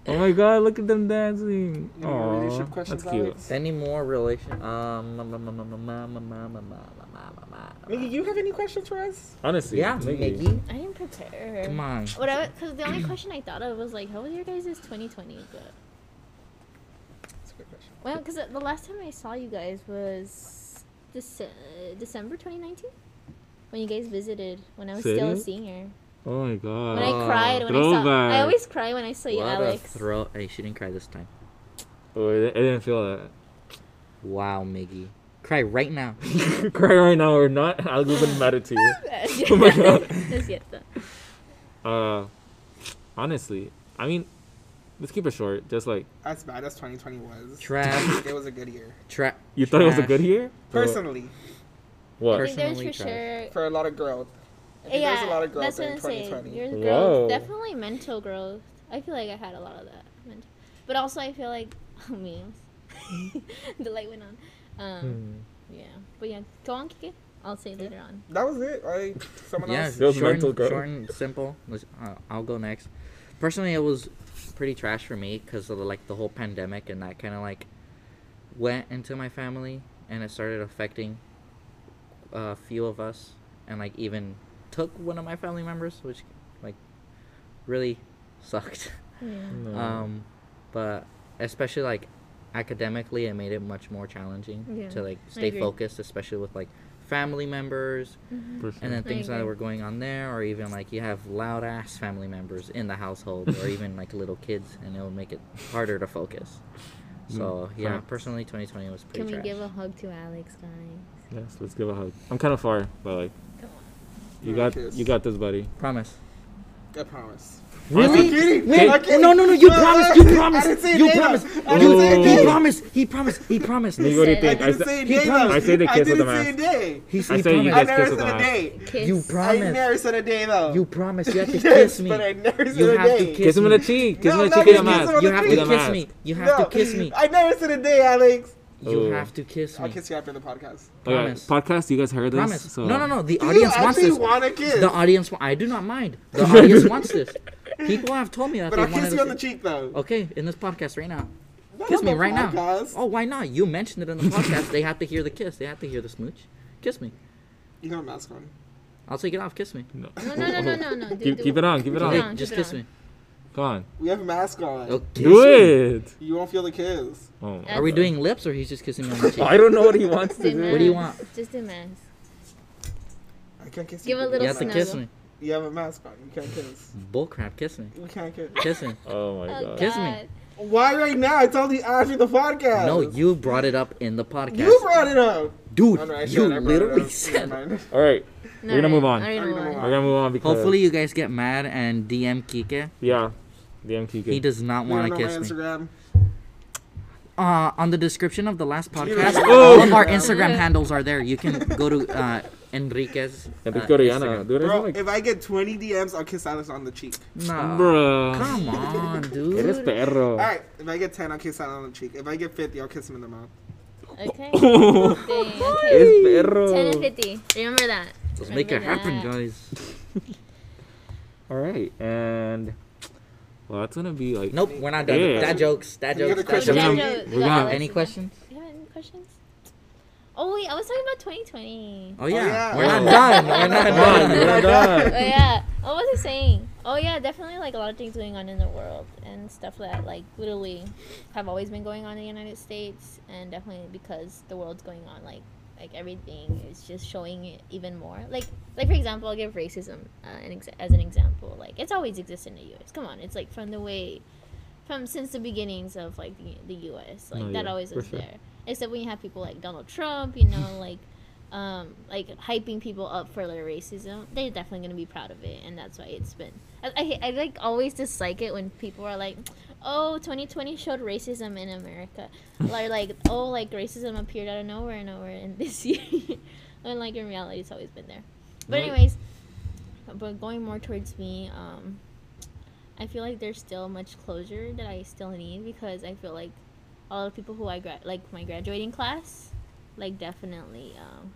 S1: oh my god, look at them dancing.
S2: You have any relationship
S1: Aww,
S2: questions,
S1: that's cute.
S2: Alex?
S3: Any more relation? Um, ma- ma- ma- ma- ma- ma- ma- ma- ma- ma- ma- ma- ma-
S2: Miggy, you have any questions for us?
S1: Honestly,
S3: yeah,
S1: maybe.
S3: Mickey,
S4: I didn't prepare.
S3: come on.
S4: What I because the only question I thought of was like, how was your guys' 2020? But
S2: That's a good question.
S4: well, because the last time I saw you guys was Dece- December 2019 when you guys visited when I was still a
S1: Serious?
S4: senior.
S1: Oh my
S4: When I
S1: god.
S3: Oh,
S4: cried when I saw. I
S1: throwback.
S4: always cry when I saw you,
S3: what a
S4: Alex.
S3: throw! Hey, she didn't cry this time.
S1: Oh, I didn't feel that.
S3: Wow, Miggy, cry right now.
S1: Cry right now or not, I'll even mad at you. Oh my God.
S4: No es cierto.
S1: Uh, honestly, I mean, let's keep it short. Just like
S2: As bad as 2020 was,
S3: Trash,
S2: it was a good year.
S3: trash.
S1: you thought it was a good year.
S2: Personally,
S1: What?
S4: I think there's
S3: Personally
S4: for
S3: tried.
S4: sure.
S2: for a lot of growth. I think
S4: Yeah,
S2: there's a lot of growth
S4: that's what
S2: in
S4: I'm saying.
S2: 2020.
S4: There's
S1: Whoa.
S4: growth, definitely mental growth. I feel like I had a lot of that, mental. but also I feel like oh, memes. the light went on.
S1: Hmm.
S4: Um, Yeah, but yeah, go on, Kike. I'll say later on.
S2: That was it. Like someone
S3: Yeah,
S2: else.
S1: It was
S3: short,
S1: mental
S3: and,
S1: growth.
S3: short and simple. Let's- Uh, I'll go next. Personally, it was pretty trash for me because of the, like the whole pandemic and that kind of like went into my family and it started affecting a few of us and like even took one of my family members, which like really sucked.
S4: Yeah.
S1: No.
S3: Um, but especially like academically, it made it much more challenging
S4: Yeah,
S3: to like
S4: I
S3: stay
S4: agree.
S3: focused, especially with like family members
S4: Mm-hmm.
S1: For sure.
S3: and then
S4: I
S3: things that
S4: agree.
S3: were going on there, or even like you have loud ass family members in the household, or even like little kids, and it would make it harder to focus.
S2: Mm.
S3: So yeah,
S1: Facts.
S3: personally, 2020 was pretty
S4: Can we
S3: trash.
S4: give a hug to Alex, guys?
S1: Yes, let's give a hug. I'm kind of far, but like,
S4: Come
S1: you
S2: Alright,
S1: got
S2: kiss.
S1: you got this, buddy.
S3: Promise.
S2: I promise.
S1: Really?
S2: I'm kidding.
S1: Wait,
S2: I'm kidding.
S3: no, no, no! You
S2: I
S3: promised! You
S2: didn't- I
S3: promised!
S2: didn't say a
S3: You
S2: day, though.
S3: promised!
S2: I
S1: you-
S2: didn't say
S1: you
S2: a day.
S3: He
S1: Hey.
S3: promised! He promised! He promised!
S1: Nick, what do you
S4: said-
S1: think?
S2: I
S1: I
S2: didn't
S1: said,
S2: say a
S3: he
S2: day. though.
S3: promised.
S1: I say they
S2: I
S1: kiss on
S2: didn't
S1: the
S2: say a
S1: mouth.
S2: day.
S3: He,
S1: I
S3: he
S1: say you
S2: I
S1: guys
S3: promised.
S2: never
S1: kiss on the
S2: said a
S1: mouth.
S2: day.
S4: Kiss.
S3: You
S2: I
S3: promised.
S2: never said a day though.
S3: You promised. You have to
S2: yes,
S3: kiss me.
S2: but I never said
S3: You
S2: a
S3: have to
S2: day.
S3: kiss
S1: Kiss him on the
S3: me.
S1: cheek. Kiss him
S2: No,
S1: on the
S2: no,
S1: cheek with
S2: kiss
S1: a
S2: me on
S1: mask.
S2: the
S3: You have
S1: With
S3: to
S1: a
S3: kiss
S1: mask.
S3: me. You have
S2: no,
S3: to kiss me.
S2: I never said a day, Alex.
S3: You
S1: Oh.
S3: have to kiss
S2: I'll
S3: me.
S2: kiss you after the podcast.
S1: Oh, yeah,
S3: Promise.
S1: Podcast, you guys heard this?
S3: Promise.
S1: So.
S3: No, no, no. The
S2: Do
S3: audience
S2: you
S3: wants
S2: actually
S3: this.
S2: want to kiss?
S3: The audience. wa- I do not mind. The audience wants this. People have told me that
S2: but
S3: they
S2: I'll
S3: wanted
S2: kiss you
S3: to
S2: on the
S3: see-
S2: cheek though.
S3: Okay, in this podcast right now.
S2: Not
S3: Oh, Kiss
S2: on
S3: me
S2: the
S3: right now.
S2: podcast.
S3: Oh, why not? You mentioned it in the podcast. They have to hear the kiss. They have to hear the smooch. Kiss me.
S2: You got a mask on.
S3: I'll take it off. Kiss me.
S1: No,
S4: No, no, no, no, no, no. Do-
S1: Keep,
S4: do
S1: keep it on. Keep it
S4: Keep
S1: on.
S4: on.
S3: Just
S4: keep it
S3: kiss me.
S1: Come on.
S2: We have a mask on.
S3: Oh, kiss
S1: Do
S3: me.
S1: it.
S2: You won't feel the kiss.
S1: Oh, my
S3: Are we
S1: God.
S3: doing lips or he's just kissing me on the cheek?
S1: I don't know what he wants to
S4: Do
S1: do.
S3: What do you
S4: mask.
S3: want?
S4: Just do mask.
S2: I can't kiss
S4: Give
S2: you.
S4: a little
S3: You have to
S4: snuggle.
S3: kiss me.
S2: You have a mask on. You can't kiss.
S3: Bullcrap. Kiss me.
S2: We can't kiss.
S3: Kiss me.
S1: Oh my
S4: Oh,
S1: god.
S3: Kiss me.
S4: God.
S2: Why right now? It's only after the podcast.
S3: No, you brought it up in the podcast.
S2: You brought it up.
S3: Dude,
S2: Oh, no, actually,
S3: you
S2: I brought it
S3: literally
S2: up.
S3: said.
S2: Never mind.
S1: All right.
S4: No,
S1: We're gonna
S4: alright,
S1: move on.
S4: alright,
S2: We're gonna
S4: alright.
S2: move
S1: We're gonna move on because
S3: Hopefully, you guys get mad and DM Kike.
S1: yeah, DM Kike.
S3: He does not
S2: Leave it
S3: want
S2: on
S3: to
S2: my
S3: kiss me.
S2: Instagram.
S3: Uh, on the description of the last
S2: it
S3: podcast,
S2: on my
S3: all of
S2: Instagram.
S3: our Instagram handles are there. You can go to uh, Enriquez.
S1: And
S3: uh,
S1: Pico Rihanna.
S3: Instagram.
S1: Dude,
S2: Bro,
S1: it's like,
S2: if I get 20 DMs, I'll kiss Alex on the cheek.
S3: Nah,
S1: bro.
S3: come on,
S1: Eres
S3: dude.
S1: perro.
S2: All right. If I get 10, I'll kiss Alex on the cheek. If I get 50, I'll kiss him in the mouth.
S4: Okay.
S1: es
S4: Dang, okay.
S1: perro.
S4: 10 and 50. Remember that.
S3: Let's make it happen, guys.
S1: All right, and well, that's gonna be like
S3: Nope, we're not done.
S1: Yeah.
S3: Dad jokes. Dad
S2: We got
S3: jokes.
S2: a
S3: Dad
S2: question.
S3: jokes.
S1: gonna-
S4: Dad
S1: we're gonna-
S4: jokes.
S3: Any questions?
S4: You have any questions? Oh, wait. I was talking about 2020.
S3: Oh yeah,
S2: yeah.
S3: we're not
S1: Oh.
S3: done. We're not
S1: Done,
S3: done.
S1: we're
S4: oh,
S1: done.
S4: yeah. What was I saying? Oh, yeah. Definitely, like, a lot of things going on in the world and stuff that, like, literally have always been going on in the United States. And definitely because the world's going on, like, like everything is just showing it even more. Like, like for example, I'll give racism uh, an ex- as an example. Like, it's always existed in the U.S. Come on, it's like from the way, from since the beginnings of like the, the U.S. Like
S1: Oh,
S4: that
S1: yeah,
S4: always
S1: for
S4: was
S1: sure.
S4: there. Except when you have people like Donald Trump, you know, like, um, like hyping people up for their racism. They're definitely gonna be proud of it, and that's why it's been. I, I, I like always dislike it when people are like, oh 2020 showed racism in america or like oh like racism appeared out of nowhere and nowhere in this year when like in reality it's always been there but
S1: Right.
S4: anyways but going more towards me um i feel like there's still much closure that i still need because i feel like all the people who i gra- like my graduating class like definitely um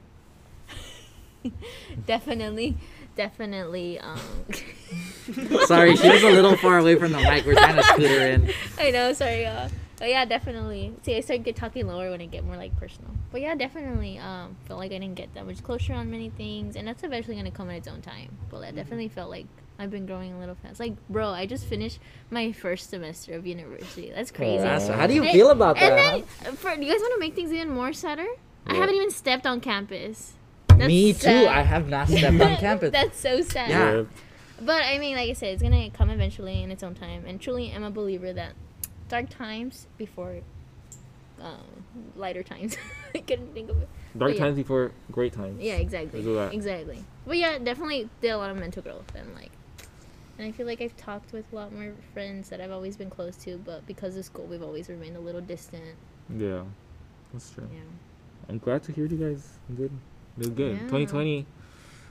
S4: definitely definitely um
S3: Sorry, she was a little far away from the mic. We're trying to scoot her in.
S4: I know, sorry, y'all. But yeah, definitely. See, I start get talking lower when I get more like personal. But yeah, definitely. Um, felt like I didn't get that much closure on many things, and that's eventually gonna come in its own time. But
S3: Mm-hmm.
S4: I definitely felt like I've been growing a little fast. Like, bro, I just finished my first semester of university. That's crazy.
S3: That's- how do you
S4: Hey,
S3: feel about
S4: and
S3: that?
S4: then, uh, for you guys want to make things even more sadder? I
S1: What?
S4: haven't even stepped on campus.
S3: Me
S4: That's
S3: too.
S4: sad.
S3: I have not stepped on campus.
S4: That's so sad.
S3: Yeah.
S1: Rip.
S4: But I mean, like I said, it's gonna come eventually in its own time. And truly, I'm a believer that dark times before um, lighter times. I couldn't think of it.
S1: Dark
S4: Oh, yeah.
S1: times before great times.
S4: Yeah, exactly.
S1: Let's do that.
S4: Exactly. But yeah, definitely did a lot of mental growth and like, and I feel like I've talked with a lot more friends that I've always been close to, but because of school, we've always remained a little distant.
S1: Yeah, that's true.
S4: Yeah.
S1: I'm glad to hear you guys did did good.
S4: Yeah.
S1: 2020,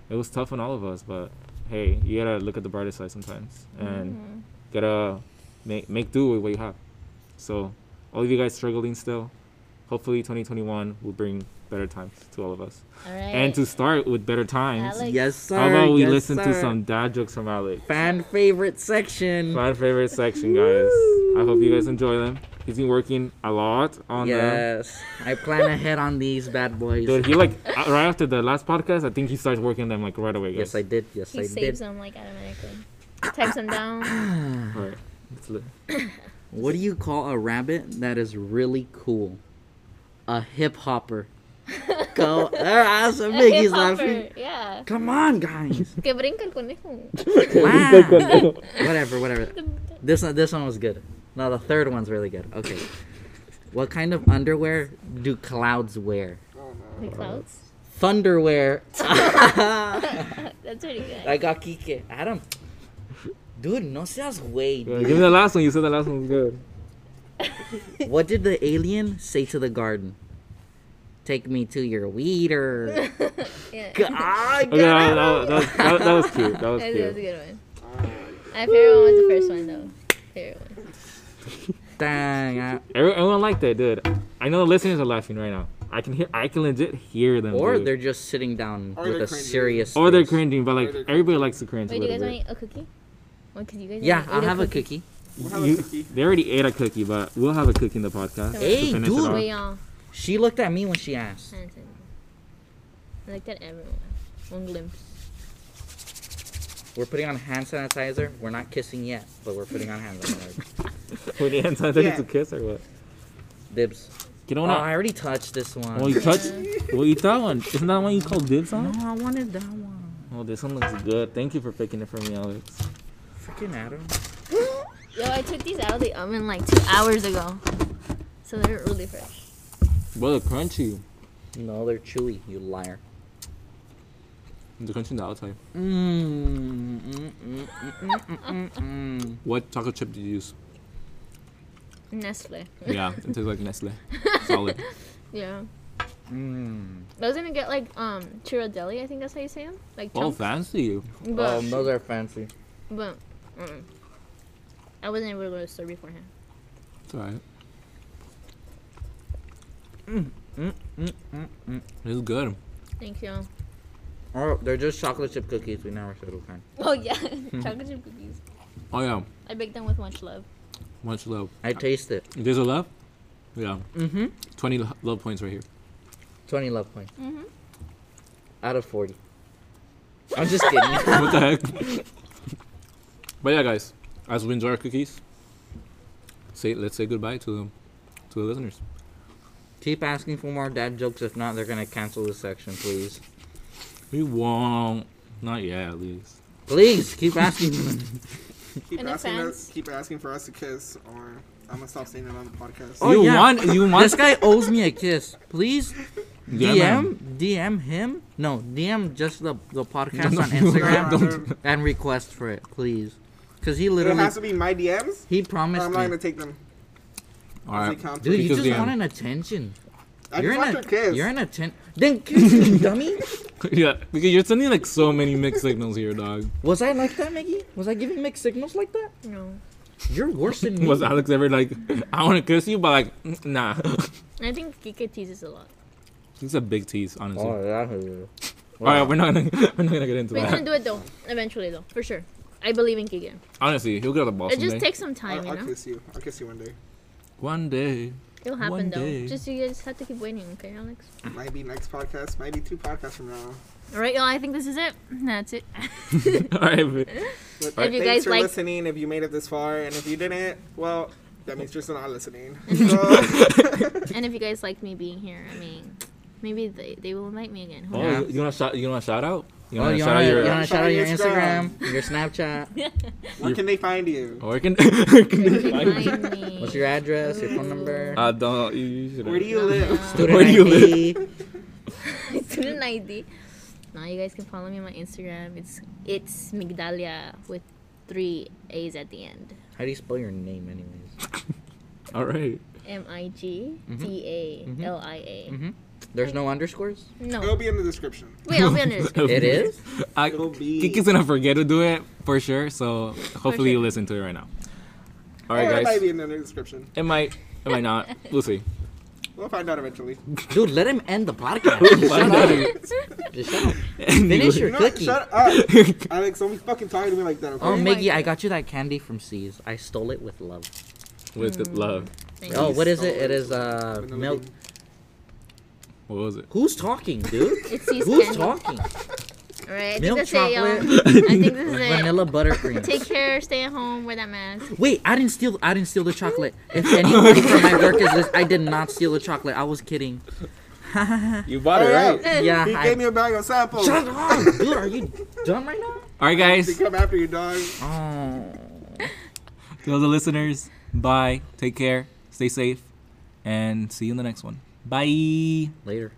S1: it was tough on all of us, but hey, you gotta look at the brighter side sometimes, and
S4: Mhm.
S1: gotta make make do with what you have. So, all of you guys struggling still, hopefully 2021 will bring better times to all of us,
S4: All right.
S1: and to start with better times.
S4: Alex.
S3: yes, sir.
S1: How about we
S3: yes,
S1: listen to
S3: sir.
S1: some dad jokes from Alex?
S3: fan favorite section?
S1: My favorite section, guys. I hope you guys enjoy them. He's been working a lot on them.
S3: yes, I plan ahead on these bad boys.
S1: Dude, he like uh, right after the last podcast, I think he starts working them like right away, guys.
S3: yes, I did. Yes,
S4: he
S3: I
S4: saves
S3: did.
S4: them like automatically. Types them down.
S1: All right. Let's li-
S3: What do you call a rabbit that is really cool? A hip hopper. Go. There are some Mickey's laughing.
S4: Hip-hopper, Yeah.
S3: Come on, guys.
S4: Que brinca el conejo.
S3: wow. whatever, whatever. This one, this one was good. No, the third one's really good. Okay. What kind of underwear do clouds wear?
S2: Oh no.
S4: The clouds.
S3: Thunderwear.
S4: That's pretty good.
S3: I got Kike. Adam. Dude, no seas way.
S1: Yeah, give me the last one. You said the last one was good.
S3: What did the alien say to the garden? Take me to your weeder. Ah,
S4: yeah.
S3: God, God.
S1: Okay, that, that, that, was, that, that was cute. That was
S4: That was a
S1: cute.
S4: good one.
S2: Uh,
S4: My favorite one was the first one though. Favorite one.
S3: Dang. I-
S1: Every- Everyone liked that, dude. I know the listeners are laughing right now. I can hear. I can legit hear them.
S3: Or
S1: dude.
S3: they're just sitting down
S2: Or
S3: with
S2: they're
S3: a
S2: cringing.
S3: serious.
S1: or they're
S3: face.
S1: cringing, but like
S2: they're cringing.
S1: everybody likes to cringe
S4: Wait,
S1: a
S4: do you
S1: little
S4: guys want
S1: bit.
S4: a cookie? Well, could you guys
S3: Yeah,
S4: eat
S3: I'll have a cookie.
S2: We'll have a
S1: You-
S2: cookie.
S1: they already ate a cookie, but we'll have a cookie in the podcast. to
S3: Hey,
S1: finish it
S3: dude.
S1: off.
S4: Wait, uh, y'all.
S3: She looked at me when she asked.
S4: Hansen. I looked at everyone. One glimpse.
S3: We're putting on hand sanitizer. We're not kissing yet, but we're putting on hand sanitizer.
S1: We need hand sanitizer
S2: Yeah.
S1: to kiss or what?
S3: Dibs.
S1: Get
S3: Oh,
S1: on
S3: I
S1: out.
S3: already touched this one.
S1: Well, you touch. Well, eat that one. Isn't that one you call dibs
S3: no,
S1: on?
S3: I wanted that one.
S1: Oh, this one looks good. Thank you for picking it for me, Alex.
S3: Freaking Adam.
S4: Yo, I took these out of the oven like two hours ago. So they're really fresh.
S1: Well, they're crunchy.
S3: No, they're chewy. You liar.
S1: They're crunchy on the outside.
S3: Mm, mm, mm, mm, mm, mm, mm, mm.
S1: What chocolate chip did you use?
S4: Nestle.
S1: Yeah, it tastes like Nestle. Solid.
S4: yeah.
S3: Mm.
S4: I was gonna get like um chirardelli. I think that's how you say them. Like
S1: Oh,
S4: chunks.
S1: fancy.
S4: but
S3: Oh, those are fancy.
S4: but mm. I wasn't able to go to the store beforehand.
S1: It's alright.
S3: Mm, mm, mm, mm.
S1: It's good.
S4: Thank you.
S3: Oh, they're just chocolate chip cookies. We never said what kind.
S4: Oh yeah, chocolate chip cookies.
S1: Oh yeah,
S4: I bake them with much love.
S1: much love.
S3: I taste it.
S1: There's a love. Yeah,
S3: Mm-hmm.
S1: twenty lo- love points right here.
S3: 20 love points.
S4: Mhm.
S3: Out of 40. I'm just kidding.
S1: what the heck? but yeah, guys, as we enjoy our cookies, say let's say goodbye to them, to the listeners.
S3: Keep asking for more dad jokes. If not, they're going to cancel this section, please.
S1: We won't. Not yet, at least.
S3: Please, keep asking. them.
S2: Keep
S4: And
S2: asking
S4: offense.
S2: us. Keep asking for us to kiss, or I'm gonna stop saying it on the podcast.
S3: Oh,
S1: you
S3: yeah.
S1: want? You
S3: this
S1: want?
S3: guy owes me a kiss. Please,
S1: Yeah, man.
S3: DM, DM him. No, DM just the, the podcast on
S2: Nah,
S3: Instagram
S1: Don't-
S2: they're-
S3: and request for it, please. Because he
S2: it
S3: literally,
S2: has to be my DMs.
S3: he
S2: Or
S3: promised
S2: I'm not gonna
S3: me.
S2: take them.
S1: All right.
S3: Dude, you
S1: Because
S3: just
S1: DM.
S3: want an attention.
S2: I
S3: you're
S2: just want
S3: in
S2: your
S3: a,
S2: kiss.
S3: You're in a ten. Then kiss me, dummy.
S1: yeah, because you're sending like so many mixed signals here, dog.
S3: Was I like that, Maggie? Was I giving mixed signals like that?
S4: No,
S3: You're worse than me.
S1: Was Alex ever like, I want to kiss you, but like, mm, nah.
S4: I think Kika teases a lot.
S1: It's a big tease, honestly.
S3: Oh, that is-
S1: All right, we're not gonna, we're not gonna get into
S4: We're gonna
S1: that.
S4: do it though, eventually though, for sure. I believe in Kika.
S1: Honestly, he'll get the ball
S4: It
S1: someday.
S4: just takes some
S2: I'll,
S4: time, you
S2: I'll
S4: know.
S2: kiss you. I'll kiss you one day.
S1: One day.
S4: It'll happen
S1: one
S4: though.
S1: day.
S4: Just you guys have to keep waiting, okay, Alex?
S2: Might be next podcast. Might be two podcasts from now.
S4: All right, y'all. I think this is it. That's it.
S1: All right.
S2: But
S1: All right.
S4: If you
S2: thanks
S4: guys
S2: for
S4: like-
S2: listening. If you made it this far, and if you didn't, well, that means you're still not listening. So,
S4: and if you guys liked me being here, I mean, maybe they, they will invite me again. Who
S1: Oh,
S4: knows?
S1: you wanna shout? You wanna shout out? You
S3: Oh,
S1: wanna
S3: you
S1: shout
S3: wanna,
S1: out
S3: you
S1: your?
S3: wanna shout out your Instagram, your Snapchat,
S2: where can they find you?
S1: Or can, can they
S4: Where can
S1: find
S4: you
S1: you?
S4: find me?
S3: what's your address, your phone number,
S1: I don't. You, you should.
S2: Where do you
S4: Uh,
S2: live?
S3: student
S1: where do you
S3: ID.
S4: student ID? Now you guys can follow me on my Instagram. It's it's Migdalia with three A's at the end.
S3: How do you spell your name, anyways?
S1: All right.
S4: M I G
S3: Mm-hmm.
S4: D A L I A.
S3: There's no underscores.
S2: It'll
S4: No,
S2: be in the description.
S4: wait, I'll be under.
S3: It is.
S1: I,
S2: It'll be-
S1: Kiki's gonna forget to do it for sure. So hopefully
S4: sure.
S1: you listen to it right now. All
S2: or
S1: right,
S2: it might
S1: guys.
S2: be in the description.
S1: It might. It might not. We'll see.
S2: We'll find out eventually.
S3: Dude, let him end the podcast. shut up. Just shut up. Finish your
S2: You know what?
S3: cookie.
S2: Shut up, Alex. Don't be fucking talking to me like that. Okay?
S3: Oh,
S4: my
S3: Miggy, I
S4: God.
S3: got you that candy from C's. I stole it with love.
S1: With love.
S4: Thank
S3: Oh,
S4: you.
S3: what is it?
S2: stole it
S3: It is
S2: with
S3: uh
S2: Vanilla
S3: milk.
S2: bean.
S1: What was it?
S3: Who's talking, dude?
S4: It's C's
S3: Who's
S4: candy.
S3: talking?
S4: All right, I think
S3: Milk
S4: that's it, y'all.
S3: chocolate.
S4: I think this is it.
S3: Vanilla buttercream.
S4: Take care. Stay at home. Wear that mask.
S3: Wait, I didn't steal. I didn't steal the chocolate. If anybody from my work is this, I did not steal the chocolate. I was kidding.
S1: You bought
S2: All right.
S3: Yeah,
S2: He
S3: I,
S2: gave me a bag of samples.
S3: shut up, dude. Are you done right now?
S1: All right,
S2: They
S1: guys.
S2: come after you, dog.
S3: Oh.
S1: To all the listeners, bye. Take care. Stay safe. and see you in the next one. Bye.
S3: Later.